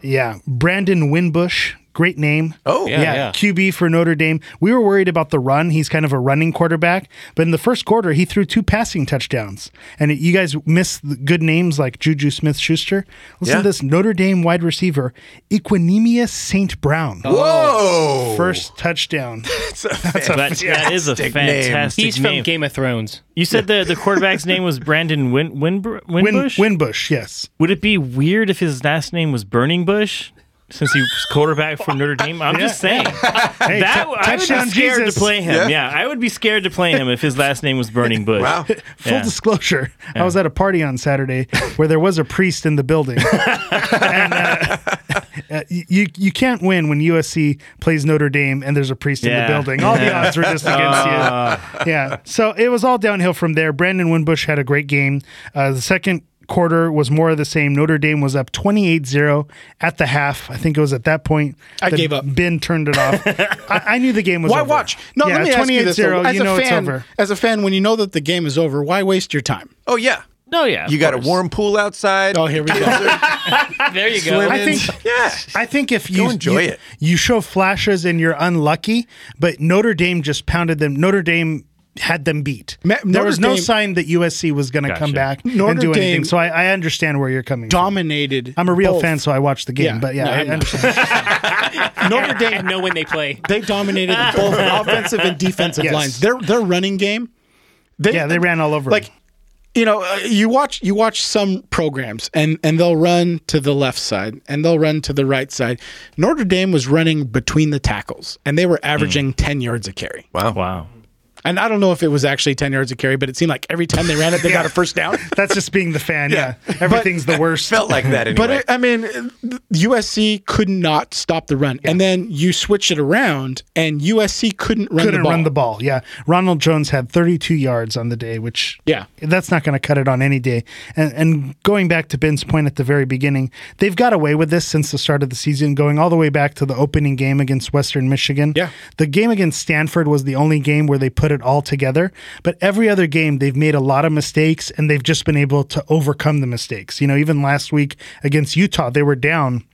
Speaker 3: Yeah, Brandon Winbush, great name.
Speaker 2: Oh,
Speaker 3: yeah,
Speaker 4: yeah.
Speaker 3: QB for Notre Dame. We were worried about the run. He's kind of a running quarterback, but in the first quarter, he threw two passing touchdowns. And you guys miss the good names like Juju Smith Schuster. Listen
Speaker 2: Yeah.
Speaker 3: to this Notre Dame wide receiver, Equinemius St. Brown.
Speaker 2: Oh. Whoa!
Speaker 3: First touchdown.
Speaker 5: That, that is a
Speaker 2: fantastic name.
Speaker 5: fantastic
Speaker 4: He's
Speaker 5: name.
Speaker 4: from Game of Thrones.
Speaker 5: You said the the quarterback's name was Brandon Win Winbr-
Speaker 3: Win,
Speaker 5: Winbush.
Speaker 3: Winbush, yes.
Speaker 5: Would it be weird if his last name was Burning Bush? Since he was quarterback for Notre Dame, I'm just saying
Speaker 3: Hey,
Speaker 5: that
Speaker 3: tou-
Speaker 5: I would
Speaker 3: touchdown
Speaker 5: be scared
Speaker 3: Jesus.
Speaker 5: to play him.
Speaker 2: Yeah.
Speaker 5: Yeah. I would be scared to play him if his last name was Burning Bush.
Speaker 2: Wow.
Speaker 3: Full
Speaker 5: Yeah.
Speaker 3: disclosure, I was at a party on Saturday where there was a priest in the building. and, uh, uh, you you can't win when USC plays Notre Dame and there's a priest in
Speaker 5: Yeah. Uh.
Speaker 3: the building. All the odds were just against you. Yeah. So it was all downhill from there. Brandon Winbush had a great game. Uh, the second quarter was more of the same. Notre Dame was up 28-0 at the half. I think it was at that point
Speaker 6: I
Speaker 3: that
Speaker 6: gave up.
Speaker 3: Ben turned it off. I, I knew the game was
Speaker 6: Why
Speaker 3: over.
Speaker 6: watch? No,
Speaker 3: yeah,
Speaker 6: let me ask you this: though.
Speaker 3: 28-0,
Speaker 6: as
Speaker 3: you know
Speaker 6: a
Speaker 3: it's
Speaker 6: fan,
Speaker 3: over.
Speaker 6: as a fan, when you know that the game is over, why waste your time?
Speaker 2: Oh yeah.
Speaker 5: No, yeah, of
Speaker 2: You got a
Speaker 5: course.
Speaker 2: warm pool outside.
Speaker 6: Oh, here we go.
Speaker 4: There you go.
Speaker 3: I think
Speaker 2: Yeah.
Speaker 3: I think if you
Speaker 2: Go enjoy
Speaker 3: you,
Speaker 2: it.
Speaker 3: you show flashes and you're unlucky, but Notre Dame just pounded them. Notre Dame had them beat.
Speaker 6: Ma-
Speaker 3: there
Speaker 6: Notre
Speaker 3: was no
Speaker 6: Dame-
Speaker 3: sign that USC was going to come back
Speaker 6: Notre
Speaker 3: and do anything.
Speaker 6: Dame-
Speaker 3: So I, I understand where you're coming from.
Speaker 6: Dominated.
Speaker 3: I'm a real
Speaker 6: both.
Speaker 3: fan, so I watch the game.
Speaker 6: Yeah.
Speaker 3: But yeah,
Speaker 6: No,
Speaker 3: I
Speaker 6: I'm not.
Speaker 3: understand.
Speaker 4: Notre Dame know when they play.
Speaker 6: They dominated both offensive and defensive
Speaker 3: Yes.
Speaker 6: lines. Their their running game.
Speaker 3: yeah, they ran all over.
Speaker 6: like
Speaker 3: them.
Speaker 6: you know uh, you watch you watch some programs and and they'll run to the left side and they'll run to the right side notre dame was running between the tackles and they were
Speaker 3: Mm.
Speaker 6: averaging 10 yards a carry
Speaker 5: Wow.
Speaker 6: and i don't know if it was actually 10 yards a carry but it seemed like every time they ran it they got a first down
Speaker 3: that's just being the fan. Yeah, everything's the worst.
Speaker 2: Felt like that anyway.
Speaker 6: but it, i mean uh, usc could not stop the run and then you switch it around and usc couldn't run
Speaker 3: couldn't
Speaker 6: the ball
Speaker 3: run the ball. Yeah, Ronald Jones had 32 yards on the day, which
Speaker 6: Yeah.
Speaker 3: that's not going to cut it on any day. And, and going back to Ben's point at the very beginning, they've got away with this since the start of the season, going all the way back to the opening game against Western Michigan.
Speaker 6: Yeah.
Speaker 3: the game against Stanford was the only game where they put it all together. But every other game, they've made a lot of mistakes, and they've just been able to overcome the mistakes. You know, even last week against Utah, they were down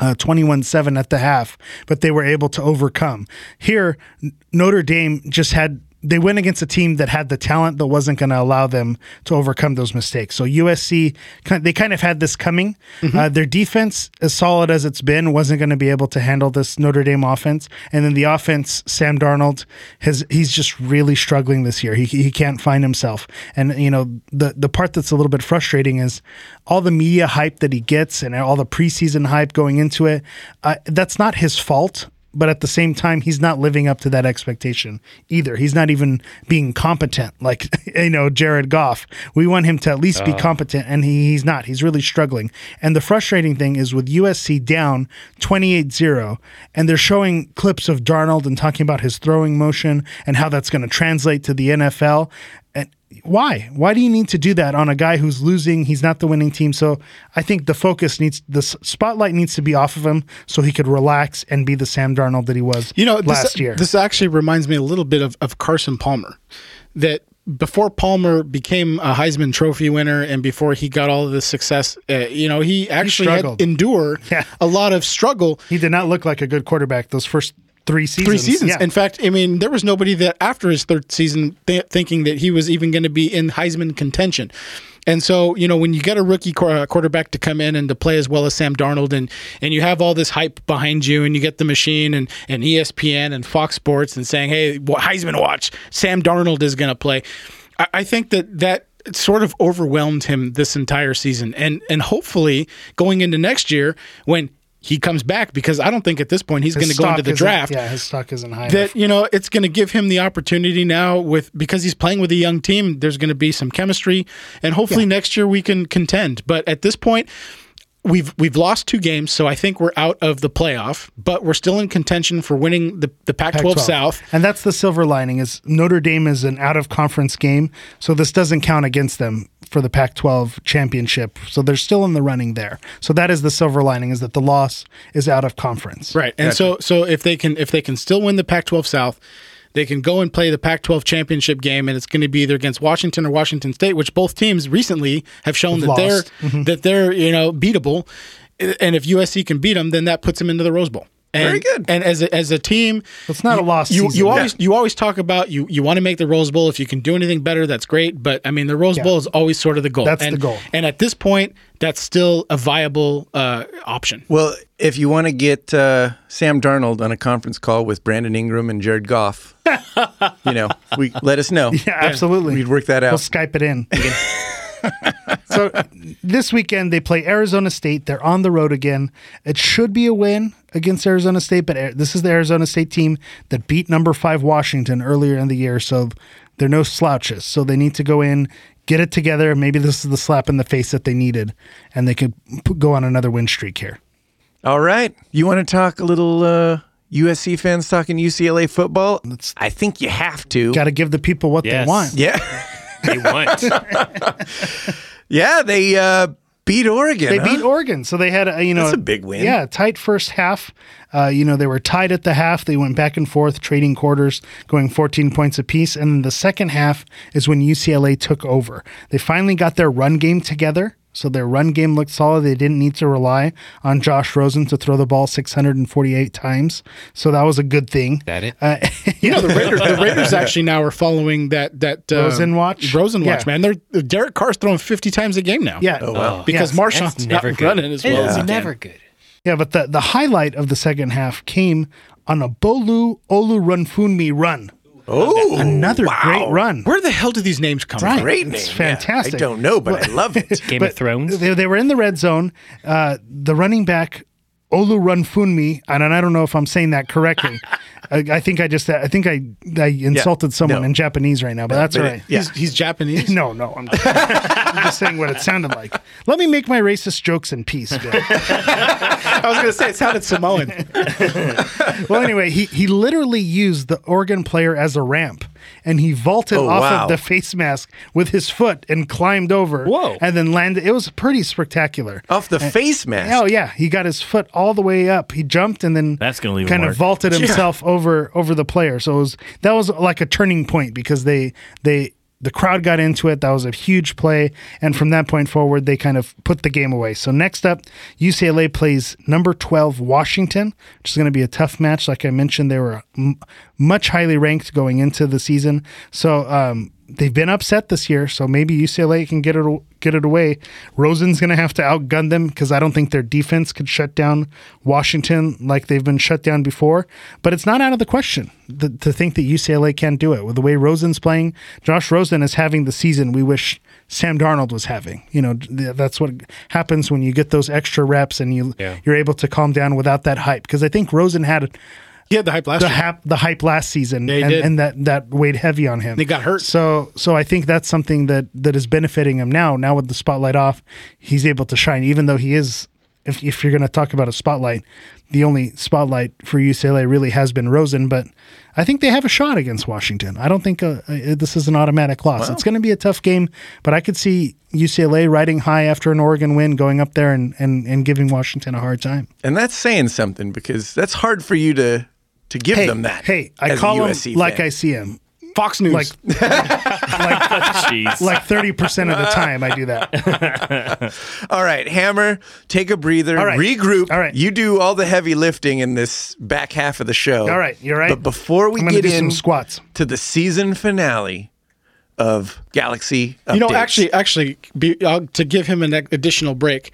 Speaker 3: uh, 21-7 at the half, but they were able to overcome. Here, N- Notre Dame just had they went against a team that had the talent that wasn't going to allow them to overcome those mistakes. So USC, ki- they kind of had this coming. Uh, their defense, as solid as it's been, wasn't going to be able to handle this Notre Dame offense. And then the offense, Sam Darnold has he's just really struggling this year. He, he can't find himself. And you know the the part that's a little bit frustrating is all the media hype that he gets and all the preseason hype going into it. Uh, that's not his fault. But at the same time, he's not living up to that expectation either. He's not even being competent, like you know Jared Goff. We want him to at least be competent, and he, he's not. He's really struggling. And the frustrating thing is with USC down 28-0, and they're showing clips of Darnold and talking about his throwing motion and how that's going to translate to the NFL. And why? Why do you need to do that on a guy who's losing? He's not the winning team. So I think the focus needs, the s- spotlight needs to be off of him so he could relax and be the Sam Darnold that he was
Speaker 6: You know, this,
Speaker 3: last year.
Speaker 6: This actually reminds me a little bit of, of Carson Palmer. That before Palmer became a Heisman Trophy winner and before he got all of this success, uh, you know, he actually had
Speaker 3: struggled.
Speaker 6: endure
Speaker 3: Yeah.
Speaker 6: a lot of struggle.
Speaker 3: he did not look like a good quarterback those first three seasons.
Speaker 6: three seasons.
Speaker 3: Yeah.
Speaker 6: In fact, I mean, there was nobody that after his third season th- thinking that he was even going to be in Heisman contention. And so, you know, when you get a rookie qu- uh, quarterback to come in and to play as well as Sam Darnold, and and you have all this hype behind you, and you get the machine and, and E ESPN and Fox Sports and saying, hey, wa- Heisman watch, Sam Darnold is going to play. I, I think that that sort of overwhelmed him this entire season, and and hopefully going into next year when. He comes back because I don't think at this point he's going
Speaker 3: His
Speaker 6: to go into
Speaker 3: stock
Speaker 6: the
Speaker 3: isn't-
Speaker 6: draft
Speaker 3: Yeah, his stock isn't high. enough.
Speaker 6: that you know it's going to give him the opportunity now with because he's playing with a young team there's going to be some chemistry and hopefully next year we can contend but at this point we've we've lost two games so i think we're out of the playoff but we're still in contention for winning the, the pac 12
Speaker 3: Pac-12.
Speaker 6: south
Speaker 3: And that's the silver lining is Notre Dame is an out of conference game, so this doesn't count against them for the Pac-12 championship. So they're still in the running there. So that is the silver lining is that the loss is out of conference.
Speaker 6: Right. And so so if they can if they can still win the Pac-12 South, they can go and play the Pac-12 championship game, and it's going to be either against Washington or Washington State, which both teams recently have shown that
Speaker 3: Lost. Mm-hmm.
Speaker 6: they're that they're you know beatable. And if USC can beat them, then that puts them into the Rose Bowl. And, Very good. And as a, as a team,
Speaker 3: It's not a loss
Speaker 6: You
Speaker 3: season.
Speaker 6: you always you always talk about you you want to make the Rose Bowl. If you can do anything better, that's great. But I mean, the Rose
Speaker 3: Yeah.
Speaker 6: Bowl is always sort of the goal.
Speaker 3: That's the
Speaker 6: And-
Speaker 3: goal.
Speaker 6: And at this point, that's still a viable uh, option.
Speaker 2: Well, if you want to get uh, Sam Darnold on a conference call with Brandon Ingram and Jared Goff, you know, we let us know.
Speaker 3: Yeah, absolutely.
Speaker 2: We'd work that
Speaker 3: We'll
Speaker 2: out.
Speaker 3: Skype it in. so this weekend they play Arizona State. They're on the road again. It should be a win against Arizona State, but Ar- this is the Arizona State team that beat number five Washington earlier in the year, so they're no slouches. So they need to go in, get it together. Maybe this is the slap in the face that they needed, and they could p- go on another win streak here.
Speaker 2: All right. You want to talk a little uh, USC fans talking UCLA football? I think you have to.
Speaker 3: Got to give the people what
Speaker 5: Yes.
Speaker 3: they want.
Speaker 2: yeah.
Speaker 5: They want.
Speaker 2: Yeah, they uh, beat Oregon.
Speaker 3: They
Speaker 2: huh?
Speaker 3: beat Oregon, so they had a you know
Speaker 2: That's a big win.
Speaker 3: Yeah, tight first half. Uh, you know they were tied at the half. They went back and forth, trading quarters, going 14 points apiece. And then the second half is when UCLA took over. They finally got their run game together. So their run game looked solid. They didn't need to rely on Josh Rosen to throw the ball 648 times. So that was a good thing.
Speaker 4: That it?
Speaker 3: Uh,
Speaker 6: You know, the Raiders, the Raiders actually now are following that that uh,
Speaker 3: Rosen watch?
Speaker 6: Rosen watch,
Speaker 3: Yeah.
Speaker 6: man. They're Derek Carr's throwing fifty times a game now.
Speaker 3: yeah.
Speaker 2: Oh,
Speaker 6: because
Speaker 3: Yes.
Speaker 6: Marshawn's not running as well as he
Speaker 4: It's
Speaker 6: can.
Speaker 4: never good.
Speaker 3: Yeah, but the, the highlight of the second half came on a Bolu Olu Runfunmi run.
Speaker 2: Oh,
Speaker 3: Another great run.
Speaker 6: Hmm. Where the hell do these names come from?
Speaker 2: Great name.
Speaker 3: It's
Speaker 2: Yeah.
Speaker 3: fantastic.
Speaker 2: I don't know, but I love it.
Speaker 4: Game of Thrones.
Speaker 3: They, they were in the red zone. Uh, the running back Olu Runfunmi, and I don't know if I'm saying that correctly. I, I think I just I think I, I insulted someone
Speaker 2: No.
Speaker 3: in Japanese right now, but that's all
Speaker 2: but it-
Speaker 3: right.
Speaker 6: He's, he's Japanese.
Speaker 3: No, no, I'm just, I'm just saying what it sounded like. Let me make my racist jokes in peace, Bill.
Speaker 6: I was going to say it sounded Samoan.
Speaker 3: well, anyway, he, he literally used the organ player as a ramp, and he vaulted
Speaker 2: Oh,
Speaker 3: off
Speaker 2: wow.
Speaker 3: of the face mask with his foot and climbed over.
Speaker 5: Whoa.
Speaker 3: And then landed. It was pretty spectacular.
Speaker 2: Off the face mask.
Speaker 3: Oh yeah, he got his foot all the way up. He jumped and then
Speaker 5: That's gonna leave a
Speaker 3: kind of
Speaker 5: mark.
Speaker 3: vaulted himself over over the player. So it was that was like a turning point because they they the crowd got into it. That was a huge play, and from that point forward, they kind of put the game away. So next up, UCLA plays number twelve Washington, which is going to be a tough match. Like I mentioned, they were m- much highly ranked going into the season. So um, they've been upset this year, so maybe UCLA can get it get it away. Rosen's going to have to outgun them because I don't think their defense could shut down Washington like they've been shut down before. But it's not out of the question th- to think that UCLA can do it with the way Rosen's playing. Josh Rosen is having the season we wish Sam Darnold was having. You know, th- that's what happens when you get those extra reps and you you're able to calm down without that hype because I think Rosen had
Speaker 6: He had the hype last
Speaker 3: the
Speaker 6: year.
Speaker 3: hap, the hype last season,
Speaker 6: he
Speaker 3: and,
Speaker 6: did.
Speaker 3: and that that weighed heavy on him.
Speaker 6: They got hurt.
Speaker 3: So so I think that's something that that is benefiting him now. Now with the spotlight off, he's able to shine. Even though he is, if if you're going to talk about a spotlight, the only spotlight for UCLA really has been Rosen. But I think they have a shot against Washington. I don't think uh uh this is an automatic loss. It's going to be a tough game, but I could see UCLA riding high after an Oregon win, going up there and and, and giving Washington a hard time.
Speaker 2: And that's saying something because that's hard for you to to give them that.
Speaker 3: Hey, I
Speaker 2: as a
Speaker 3: call him
Speaker 2: USC
Speaker 3: like
Speaker 2: fan.
Speaker 3: I see him.
Speaker 6: Fox News.
Speaker 3: Like,
Speaker 5: Jeez.
Speaker 3: like 30% of the time I do that.
Speaker 2: All right, Hammer, take a breather,
Speaker 3: All right.
Speaker 2: regroup.
Speaker 3: All right.
Speaker 2: You do all the heavy lifting in this back half of the show.
Speaker 3: All right, you all right?
Speaker 2: But before we
Speaker 3: I'm gonna
Speaker 2: get
Speaker 3: do
Speaker 2: in
Speaker 3: some squats.
Speaker 2: to the season finale of Galaxy
Speaker 6: you know,
Speaker 2: Updates,
Speaker 6: actually, actually, be, uh, to give him an ad- additional break.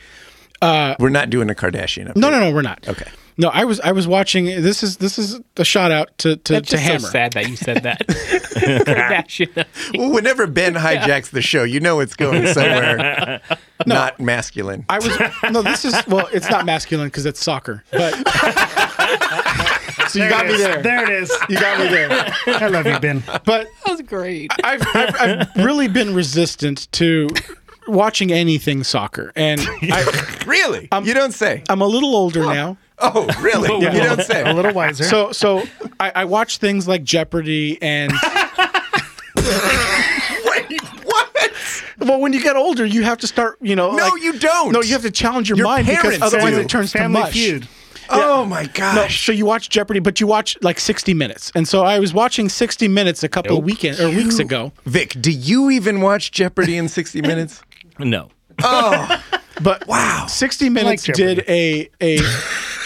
Speaker 2: we're not doing a Kardashian update.
Speaker 6: No, no, no, we're not.
Speaker 2: Okay.
Speaker 6: No, I was I was watching. This is this is a shout out to to,
Speaker 4: That's
Speaker 6: to
Speaker 4: just
Speaker 6: Hammer.
Speaker 4: so sad that you said that. Kardashian.
Speaker 2: Well, whenever Ben hijacks the show, you know it's going somewhere not masculine.
Speaker 6: I was no. This is well. It's not masculine because it's soccer. But so you got
Speaker 3: it
Speaker 6: me
Speaker 3: is.
Speaker 6: there.
Speaker 3: There it is.
Speaker 6: You got me there.
Speaker 3: I love you, Ben.
Speaker 6: But
Speaker 4: That was great.
Speaker 6: I've, I've I've really been resistant to watching anything soccer, and I,
Speaker 2: really?
Speaker 3: um,
Speaker 2: you don't say.
Speaker 6: I'm a little older now.
Speaker 2: oh, really? You don't say.
Speaker 3: A little wiser.
Speaker 6: So so I, I watch things like Jeopardy and.
Speaker 2: Wait, what?
Speaker 6: Well, when you get older, you have to start. You know,
Speaker 2: No,
Speaker 6: like-
Speaker 2: you don't.
Speaker 6: No, you have to challenge your,
Speaker 2: Your
Speaker 6: mind because
Speaker 2: parents
Speaker 6: otherwise
Speaker 2: do.
Speaker 6: it turns
Speaker 3: Family
Speaker 6: to mush.
Speaker 3: Feud.
Speaker 2: Oh my
Speaker 6: No,
Speaker 2: gosh.
Speaker 6: so you watch Jeopardy, but you watch like 60 Minutes, and so I was watching 60 Minutes a couple of weekend or weeks ago.
Speaker 2: Vic, do you even watch Jeopardy in 60 minutes?
Speaker 5: no.
Speaker 6: But
Speaker 2: Wow.
Speaker 6: 60 Minutes
Speaker 3: Jeopardy.
Speaker 6: did a a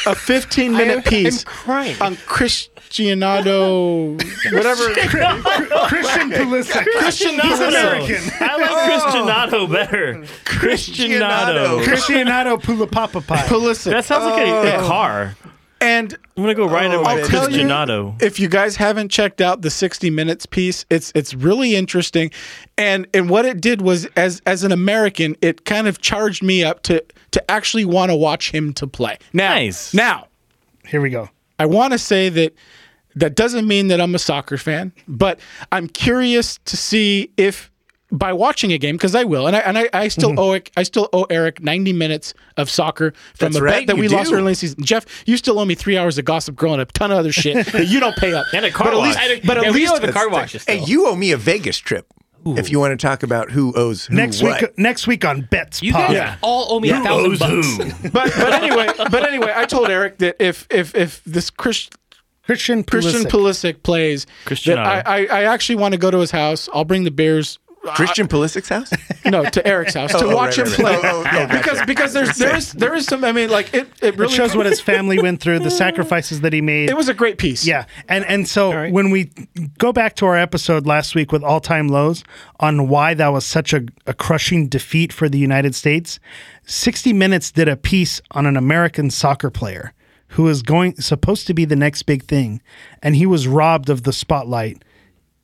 Speaker 6: a 15 minute piece
Speaker 4: crying.
Speaker 6: on Christianado, whatever.
Speaker 3: Christian Pulisic.
Speaker 6: Oh, Christian
Speaker 5: He's
Speaker 3: American.
Speaker 5: I
Speaker 2: Oh.
Speaker 5: like Christianado better. Christianado.
Speaker 3: Christianado Pulapapa Pie.
Speaker 6: Pulisic.
Speaker 5: That sounds like a, a car.
Speaker 6: and
Speaker 5: I'm gonna go right over
Speaker 2: Oh. I'll
Speaker 5: to
Speaker 2: tell you-
Speaker 5: Christianado.
Speaker 6: if you guys haven't checked out the 60 minutes piece it's it's really interesting and and what it did was as as an american it kind of charged me up to to actually want to watch him to play now
Speaker 5: Nice.
Speaker 6: now
Speaker 3: Here we go.
Speaker 6: i want to say that that doesn't mean that i'm a soccer fan but i'm curious to see if by watching a game because I will, and I and I, I still
Speaker 2: Mm-hmm.
Speaker 6: owe it, I still owe Eric ninety minutes of soccer from
Speaker 2: That's
Speaker 6: a
Speaker 2: right,
Speaker 6: bet that
Speaker 2: you
Speaker 6: we lost
Speaker 2: do.
Speaker 6: early in the season. Jeff, you still owe me three hours of Gossip Girl and a ton of other shit that you don't pay up.
Speaker 5: And a car
Speaker 6: but at
Speaker 5: wash.
Speaker 6: least, but at
Speaker 4: yeah, we
Speaker 6: least
Speaker 4: know the car washes.
Speaker 2: Hey, you owe me a Vegas trip. If you want to talk about who owes who
Speaker 3: Next
Speaker 2: what.
Speaker 3: week next week on Bets
Speaker 4: You
Speaker 3: Pod.
Speaker 4: guys all owe me a thousand bucks.
Speaker 6: but but anyway, but anyway, I told Eric that if if if this Chris,
Speaker 3: Christian Pulisic.
Speaker 6: Christian Pulisic plays,
Speaker 5: Cristiano.
Speaker 6: that I, I I actually want to go to his house. I'll bring the beers.
Speaker 2: Christian Pulisic's house?
Speaker 6: No, to Eric's house to
Speaker 2: Oh,
Speaker 6: watch
Speaker 2: right,
Speaker 6: him
Speaker 2: right, right.
Speaker 6: play
Speaker 2: Oh, oh, yeah,
Speaker 6: because
Speaker 2: gotcha.
Speaker 6: because there's there is there is some. I mean, like it it
Speaker 3: It
Speaker 6: really
Speaker 3: shows what his family went through, the sacrifices that he made.
Speaker 6: It was a great piece.
Speaker 3: Yeah, and and so when we go back to our episode last week with all time lows on why that was such a, a crushing defeat for the United States, 60 Minutes did a piece on an American soccer player who is going supposed to be the next big thing, and he was robbed of the spotlight.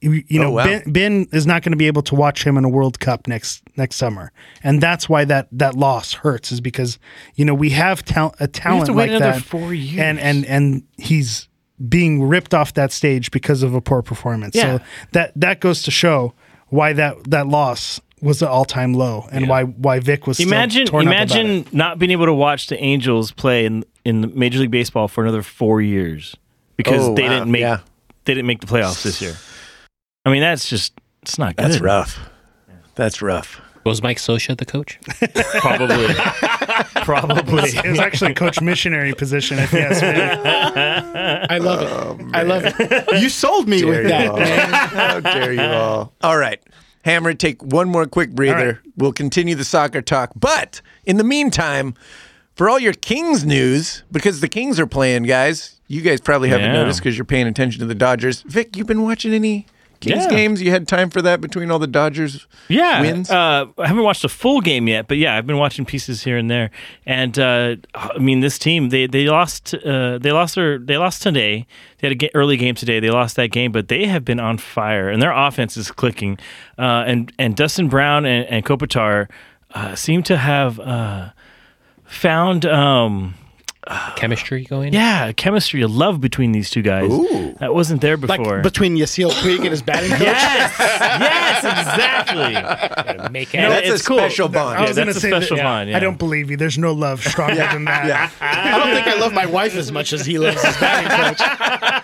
Speaker 3: You, you
Speaker 2: Oh,
Speaker 3: know,
Speaker 2: wow.
Speaker 3: ben, ben is not going to be able to watch him in a World Cup next next summer, and that's why that that loss hurts is because you know we have tal- a talent
Speaker 5: wait
Speaker 3: like
Speaker 5: another
Speaker 3: that
Speaker 5: four years.
Speaker 3: and and and he's being ripped off that stage because of a poor performance.
Speaker 5: Yeah.
Speaker 3: So that that goes to show why that that loss was an all time low and why why Vic was
Speaker 5: Imagine,
Speaker 3: still torn up about it.
Speaker 5: imagine not being able to watch the Angels play in in Major League Baseball for another four years because
Speaker 2: Oh,
Speaker 5: they
Speaker 2: wow.
Speaker 5: didn't make
Speaker 2: Yeah.
Speaker 5: they didn't make the playoffs this year. I mean, that's just it's not good.
Speaker 2: That's rough. That's rough.
Speaker 4: Was Mike Sosha the coach?
Speaker 8: Probably.
Speaker 5: Probably.
Speaker 3: It was actually coach missionary position. If you ask me.
Speaker 6: I love it.
Speaker 7: Oh,
Speaker 6: I love it. You sold me
Speaker 2: Dare
Speaker 6: with
Speaker 2: you
Speaker 6: that.
Speaker 2: all. How dare you all. All right. Hammer, take one more quick breather. We'll continue the soccer talk. But in the meantime, for all your Kings news, because the Kings are playing, guys, you guys probably haven't
Speaker 5: Yeah.
Speaker 2: noticed because you're paying attention to the Dodgers. Vic, you've been watching any Kings
Speaker 5: Yeah.
Speaker 2: games? You had time for that between all the Dodgers
Speaker 5: yeah,
Speaker 2: wins?
Speaker 5: Uh, I haven't watched a full game yet, but yeah, I've been watching pieces here and there. And uh, I mean, this team they they lost uh, they lost their they lost today. They had an early game today. They lost that game, but they have been on fire, and their offense is clicking. Uh, and and Dustin Brown and, and Kopitar uh, seem to have uh, found. Um,
Speaker 4: Chemistry going?
Speaker 5: yeah, chemistry, a love between these two guys that wasn't there
Speaker 6: Like
Speaker 5: before.
Speaker 6: between Yasiel Puig and his batting coach.
Speaker 5: yes, yes, exactly.
Speaker 4: Make
Speaker 5: No,
Speaker 4: out.
Speaker 2: That's a
Speaker 5: it's cool.
Speaker 2: special bond.
Speaker 5: Yeah,
Speaker 2: I
Speaker 3: was
Speaker 5: that's
Speaker 3: gonna
Speaker 5: a
Speaker 3: say
Speaker 5: special
Speaker 3: that-
Speaker 5: bond. Yeah.
Speaker 3: I don't believe you. There's no love stronger than that.
Speaker 6: I don't think I love my wife as much as he loves his batting coach.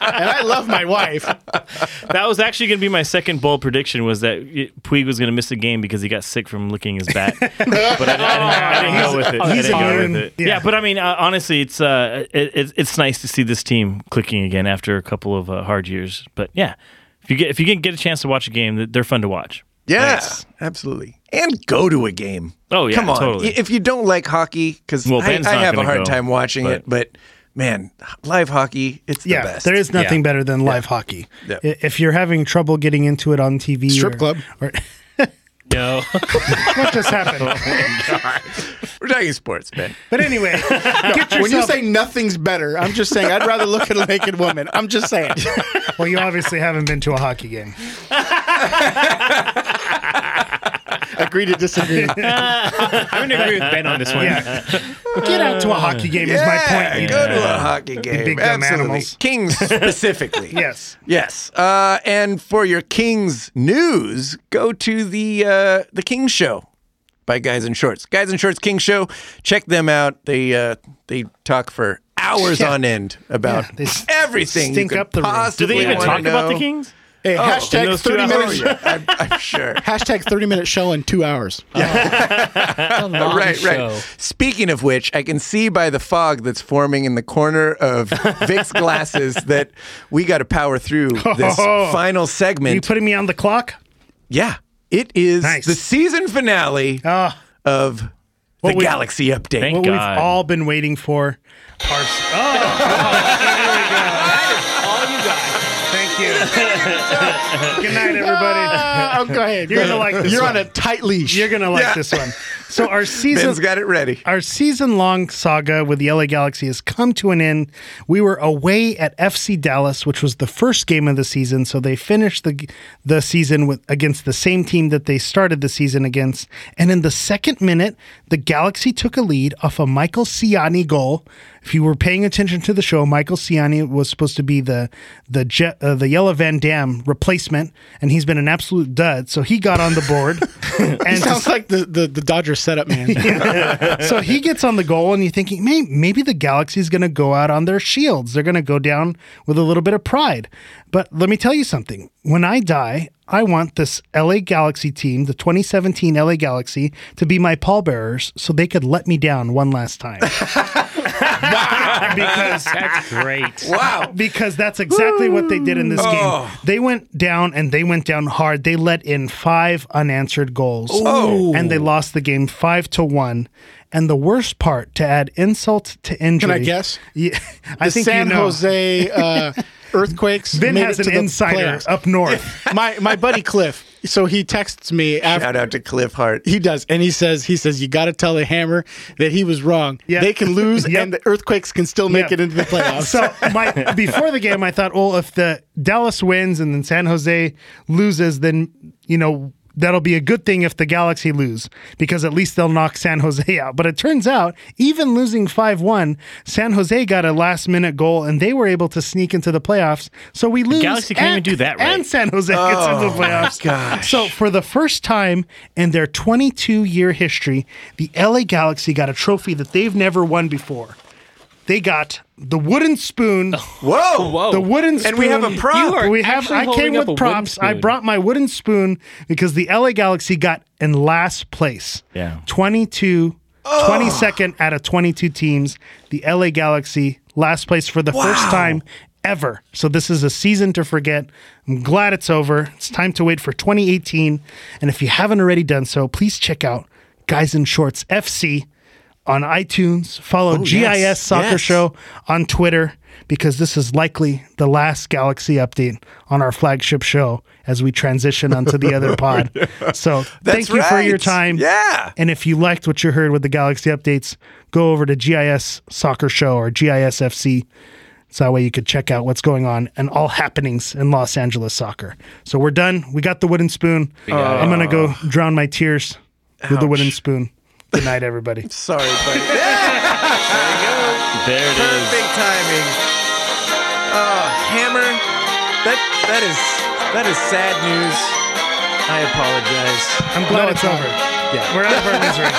Speaker 6: And I love my wife.
Speaker 5: That was actually going to be my second bold prediction was that Puig was going to miss the game because he got sick from licking his bat. but I didn't, I didn't go with it. I
Speaker 3: Oh, he's
Speaker 5: didn't
Speaker 3: a
Speaker 5: go with
Speaker 3: good-
Speaker 5: it.
Speaker 3: yeah.
Speaker 5: Yeah. but I mean, uh, honestly, it's uh, it, it's it's nice to see this team clicking again after a couple of uh, hard years. But yeah, If you get if you can get a chance to watch a game, th- they're fun to watch.
Speaker 2: Yeah, absolutely. And go to a game.
Speaker 5: Oh, yeah,
Speaker 2: come on.
Speaker 5: totally.
Speaker 2: I- If you don't like hockey, because
Speaker 5: Well,
Speaker 2: I,
Speaker 5: Ben's
Speaker 2: I
Speaker 5: not
Speaker 2: have a
Speaker 5: gonna
Speaker 2: hard
Speaker 5: go,
Speaker 2: time watching
Speaker 5: but-
Speaker 2: it, but man, live hockey, it's
Speaker 3: yeah,
Speaker 2: the best.
Speaker 3: there is nothing better than live hockey.
Speaker 2: Yeah.
Speaker 3: I- If you're having trouble getting into it on TV,
Speaker 6: Strip
Speaker 3: or-
Speaker 6: club.
Speaker 3: or
Speaker 4: No.
Speaker 3: what just happened?
Speaker 2: We're talking sports, man.
Speaker 3: But anyway, get yourself.
Speaker 7: When you say nothing's better, I'm just saying I'd rather look at a naked woman. I'm just saying.
Speaker 3: well, you obviously haven't been to a hockey game.
Speaker 7: Agree to disagree.
Speaker 8: I'm gonna agree with Ben on this one.
Speaker 3: Yeah, get out to a hockey game is my
Speaker 2: yeah,
Speaker 3: point.
Speaker 2: go to a hockey game.
Speaker 3: big dumb
Speaker 2: absolutely.
Speaker 3: animals.
Speaker 2: Kings specifically.
Speaker 3: Yes.
Speaker 2: Yes. Uh, and for your Kings news, go to the uh, the King Show by Guys in Shorts. Guys in Shorts King Show. Check them out. They uh, they talk for hours on end about
Speaker 3: they s-
Speaker 2: everything. you
Speaker 3: stink
Speaker 2: could
Speaker 3: up the room.
Speaker 5: Do
Speaker 2: possibly
Speaker 5: they even
Speaker 2: wanna
Speaker 5: talk about the
Speaker 2: know.
Speaker 5: Kings?
Speaker 7: Hey,
Speaker 5: in
Speaker 7: hashtag
Speaker 5: those two
Speaker 7: thirty
Speaker 2: Oh,
Speaker 7: minutes.
Speaker 2: yeah, I'm, I'm sure.
Speaker 7: Hashtag thirty minute show in two hours.
Speaker 2: right, right. Speaking of which, I can see by the fog that's forming in the corner of Vic's glasses that we got to power through this
Speaker 5: Oh.
Speaker 2: final
Speaker 3: Are you
Speaker 2: segment.
Speaker 3: putting me on the clock?
Speaker 2: yeah, it is
Speaker 3: Nice.
Speaker 2: the season finale
Speaker 3: Ah.
Speaker 2: of the
Speaker 3: we-
Speaker 2: Galaxy Update.
Speaker 5: Thank
Speaker 3: What
Speaker 5: God.
Speaker 3: we've all been waiting for. Our, oh,
Speaker 2: Thank you.
Speaker 3: good night, everybody.
Speaker 7: oh, go ahead.
Speaker 3: You're gonna like this
Speaker 7: You're on
Speaker 3: one.
Speaker 7: a tight leash.
Speaker 3: You're gonna like
Speaker 2: Yeah.
Speaker 3: this one. So our season
Speaker 2: Ben's got it ready.
Speaker 3: Our season long saga with the LA Galaxy has come to an end. We were away at FC Dallas, which was the first game of the season, so they finished the the season with against the same team that they started the season against. And in the second minute, the Galaxy took a lead off a Michael Ciani goal. If you were paying attention to the show, Michael Ciani was supposed to be the the Je- uh, the Yellow Van Dam replacement, and he's been an absolute dud. So he got on the board. and to
Speaker 6: Sounds like the, the, the Dodgers setup man.
Speaker 3: so he gets on the goal, and you're thinking, maybe, maybe the Galaxy's going to go out on their shields. They're going to go down with a little bit of pride. But let me tell you something. When I die, I want this LA Galaxy team, the 2017 LA Galaxy, to be my pallbearers so they could let me down one last time. because
Speaker 4: That's great.
Speaker 2: Wow.
Speaker 3: because that's exactly what they did in this
Speaker 2: Oh.
Speaker 3: game. They went down and they went down hard. They let in five unanswered goals. And they lost the game five to one. And the worst part, to add insult to injury.
Speaker 6: Can I guess?
Speaker 3: Yeah, I
Speaker 6: The
Speaker 3: think
Speaker 6: San
Speaker 3: you know.
Speaker 6: Jose uh, earthquakes.
Speaker 3: Ben
Speaker 6: made
Speaker 3: has
Speaker 6: it to
Speaker 3: an
Speaker 6: the
Speaker 3: insider Oh.
Speaker 6: playoffs.
Speaker 3: up north.
Speaker 6: my my buddy Cliff. So he texts me after
Speaker 2: Shout out to Cliff Hart.
Speaker 6: he does, and he says he says you got to tell the hammer that he was wrong.
Speaker 3: Yeah.
Speaker 6: They can lose,
Speaker 3: Yep.
Speaker 6: and the earthquakes can still make
Speaker 3: Yeah.
Speaker 6: it into the playoffs.
Speaker 3: so my before the game, I thought, well, if the Dallas wins and then San Jose loses, then you know that'll be a good thing if the Galaxy lose because at least they'll knock San Jose out. But it turns out, even losing five one, San Jose got a last minute goal and they were able to sneak into the playoffs. So we lose.
Speaker 5: Galaxy can't
Speaker 3: and-
Speaker 5: even do that right.
Speaker 3: And San Jose gets into the playoffs.
Speaker 2: gosh.
Speaker 3: So for the first time in their 22 year history, the LA Galaxy got a trophy that they've never won before. They got the wooden spoon.
Speaker 5: Oh.
Speaker 2: Whoa.
Speaker 4: Whoa.
Speaker 3: The wooden spoon.
Speaker 2: Oh, And we have a prop.
Speaker 4: You are-
Speaker 3: We have.
Speaker 4: actually
Speaker 3: I
Speaker 4: holding
Speaker 3: came
Speaker 4: up a
Speaker 3: with
Speaker 4: wooden
Speaker 3: props. I
Speaker 4: spoon.
Speaker 3: brought my wooden spoon because the LA Galaxy got in last place.
Speaker 5: Yeah.
Speaker 3: 22,
Speaker 2: Oh.
Speaker 3: 22nd out of 22 teams. The LA Galaxy last place for the first time ever. So this is a season to forget. I'm glad it's over. It's time to wait for 2018. And if you haven't already done so, please check out Guys in Shorts FC on iTunes. Follow GIS
Speaker 2: yes,
Speaker 3: Soccer
Speaker 2: yes.
Speaker 3: Show on Twitter because this is likely the last Galaxy update on our flagship show as we transition onto the other pod. So
Speaker 2: That's
Speaker 3: thank you for your
Speaker 2: right.
Speaker 3: time.
Speaker 2: Yeah.
Speaker 3: And if you liked what you heard with the Galaxy updates, go over to GIS Soccer Show or GISFC. So that way you could check out what's going on and all happenings in Los Angeles soccer. So we're done. We got the wooden spoon. I'm going to go drown my tears with the wooden spoon. Good night, everybody.
Speaker 2: Sorry, buddy. there
Speaker 5: it
Speaker 2: you go. Perfect timing. Oh, hammer. That that is that is sad news. I apologize.
Speaker 3: I'm glad it's over. We're out of our misery.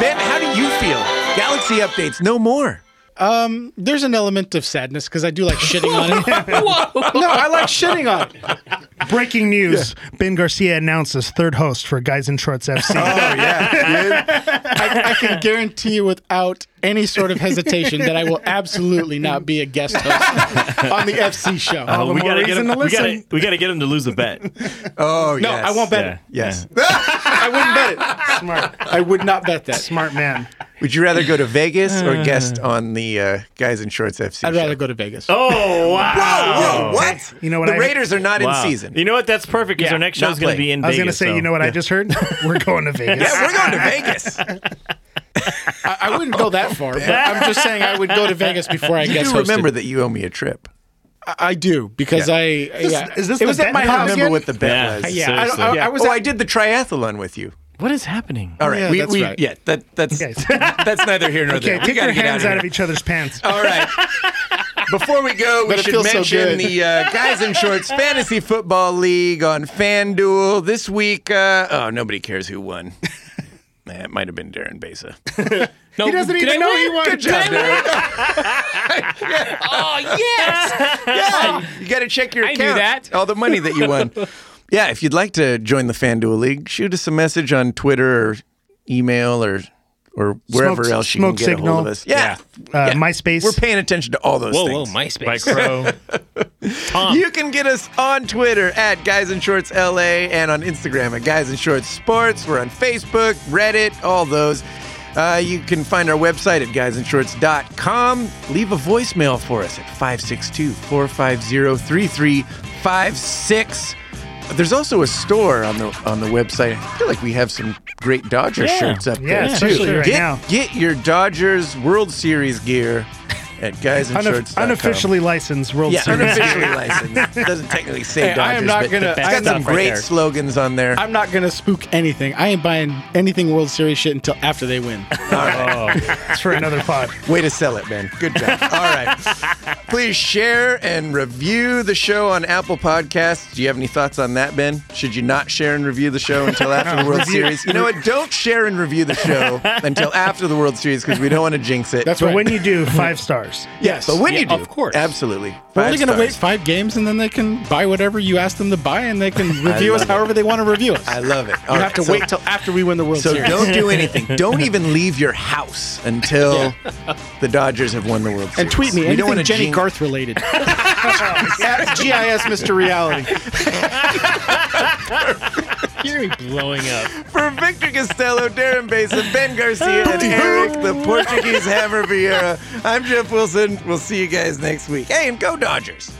Speaker 2: Ben, how do you feel? Galaxy updates, no more.
Speaker 6: Um, there's an element of sadness because I do like shitting on it. no, I like shitting on it.
Speaker 3: Breaking news: Ben Garcia announces third host for Guys in Shorts FC.
Speaker 2: Oh yeah, dude.
Speaker 6: I, I can guarantee you without any sort of hesitation that I will absolutely not be a guest host on the FC show.
Speaker 5: Oh, we
Speaker 3: more
Speaker 5: gotta get
Speaker 3: reason
Speaker 5: him.
Speaker 3: to
Speaker 5: We gotta,
Speaker 3: listen.
Speaker 5: we gotta get him to lose a bet.
Speaker 2: Oh
Speaker 6: no,
Speaker 2: yes.
Speaker 6: I won't bet
Speaker 5: Yeah.
Speaker 2: Yes.
Speaker 6: it. I wouldn't bet it. Smart. I would not bet that.
Speaker 3: Smart man.
Speaker 2: Would you rather go to Vegas or guest on the uh, Guys in Shorts FC?
Speaker 6: I'd
Speaker 2: show?
Speaker 6: rather go to Vegas.
Speaker 5: Oh
Speaker 2: Whoa,
Speaker 5: wow!
Speaker 2: what?
Speaker 3: You know what
Speaker 2: The
Speaker 3: I-
Speaker 2: Raiders are not
Speaker 5: Wow.
Speaker 2: in season.
Speaker 5: You know what? That's perfect because
Speaker 2: Yeah,
Speaker 5: our next
Speaker 2: not
Speaker 5: show's going to
Speaker 2: play.
Speaker 5: be in
Speaker 3: I was
Speaker 5: Vegas.
Speaker 3: gonna say,
Speaker 5: so-
Speaker 3: you know what I just heard? We're going to Vegas.
Speaker 2: yeah, we're going to Vegas.
Speaker 6: I, I wouldn't go that far, but I'm just saying I would go to Vegas before I
Speaker 2: you
Speaker 6: guest
Speaker 2: do
Speaker 6: hosted.
Speaker 2: remember that you owe me a trip.
Speaker 6: I, I do because I. yeah.
Speaker 3: is this
Speaker 6: it
Speaker 3: the
Speaker 6: was at
Speaker 3: bet
Speaker 6: my
Speaker 2: I
Speaker 3: now?
Speaker 6: house.
Speaker 2: remember
Speaker 6: again?
Speaker 2: what the bet
Speaker 5: Yeah.
Speaker 2: was.
Speaker 5: Yeah.
Speaker 6: I, I, I was
Speaker 2: Oh,
Speaker 6: at
Speaker 2: I did the triathlon with you.
Speaker 5: what is happening?
Speaker 2: All right,
Speaker 6: yeah,
Speaker 2: we,
Speaker 6: that's
Speaker 2: we
Speaker 6: right.
Speaker 2: yeah, that that's
Speaker 3: Guys.
Speaker 2: that's neither here nor
Speaker 3: Okay,
Speaker 2: there. We
Speaker 3: take your
Speaker 2: gotta get
Speaker 3: hands out of
Speaker 2: here. Oh.
Speaker 3: each other's pants.
Speaker 2: All right. Before we go, we
Speaker 6: But it
Speaker 2: should
Speaker 6: feels so
Speaker 2: mention
Speaker 6: good.
Speaker 2: the uh, Guys in Shorts Fantasy Football League on FanDuel this week. Uh, oh, nobody cares who won. Eh, It might have been Darren Besa.
Speaker 8: No, he doesn't
Speaker 2: even know he won. Good job,
Speaker 8: Oh yes. Oh.
Speaker 2: yeah, you got to check your
Speaker 8: I
Speaker 2: account.
Speaker 8: knew that.
Speaker 2: All the money that you won. yeah, if you'd like to join the FanDuel League, shoot us a message on Twitter or email or or wherever
Speaker 3: Smoke-
Speaker 2: else you
Speaker 3: smoke
Speaker 2: can get a
Speaker 3: signal.
Speaker 2: hold of us. Yeah.
Speaker 3: Uh,
Speaker 2: Yeah.
Speaker 3: MySpace.
Speaker 2: We're paying attention to all those
Speaker 8: Whoa, whoa,
Speaker 4: Oh,
Speaker 2: things.
Speaker 8: MySpace.
Speaker 2: You can get us on Twitter at Guys in Shorts LA and on Instagram at Guys in Shorts Sports. We're on Facebook, Reddit, all those. Uh, you can find our website at guysinshorts.com. Leave a voicemail for us at 562 450 3356. There's also a store on the on the website. I feel like we have some great Dodger shirts up
Speaker 3: Yeah,
Speaker 2: there too.
Speaker 3: especially right
Speaker 2: get,
Speaker 3: now.
Speaker 2: get your Dodgers World Series gear at
Speaker 3: Unof-
Speaker 2: guysinshorts.com.
Speaker 3: unofficially licensed World
Speaker 2: Yeah,
Speaker 3: Series.
Speaker 2: unofficially licensed. Doesn't technically say
Speaker 6: Hey,
Speaker 2: Dodgers,
Speaker 6: I am not
Speaker 2: but
Speaker 6: gonna-
Speaker 2: it's got
Speaker 6: I'm
Speaker 2: some
Speaker 6: not right
Speaker 2: great
Speaker 6: there.
Speaker 2: slogans on there.
Speaker 6: I'm not gonna spook anything. I ain't buying anything World Series shit until after they win.
Speaker 3: That's for another pod.
Speaker 2: Way to sell it, man. Good job. All right. Please share and review the show on Apple Podcasts. Do you have any thoughts on that, Ben? Should you not share and review the show until after the World Series? You know what? Don't share and review the show until after the World Series because we don't want to jinx it.
Speaker 6: That's
Speaker 3: But
Speaker 6: right.
Speaker 3: when you do, five stars.
Speaker 2: yes. But when you do,
Speaker 8: of course.
Speaker 2: absolutely.
Speaker 6: We're
Speaker 2: Five
Speaker 6: only gonna
Speaker 2: stars.
Speaker 6: wait five games and then they can buy whatever you ask them to buy and they can review us
Speaker 2: love it.
Speaker 6: however they want to review us.
Speaker 2: I love it. All
Speaker 6: you
Speaker 2: right,
Speaker 6: have to
Speaker 2: so-
Speaker 6: wait till after we win the World
Speaker 2: So
Speaker 6: Series.
Speaker 2: don't do anything. Don't even leave your house until the Dodgers have won the World Series.
Speaker 6: and tweet me
Speaker 2: We don't
Speaker 6: anything
Speaker 2: wanna
Speaker 6: Jenny
Speaker 2: jinx-
Speaker 6: Garth related.
Speaker 7: At GIS Mr. Reality.
Speaker 4: You're gonna be blowing up.
Speaker 2: For Victor Costello, Darren Besa, Ben Garcia, and Eric the Portuguese Hammer Vieira, I'm Jeff Wilson. We'll see you guys next week. Hey, and go Dodgers!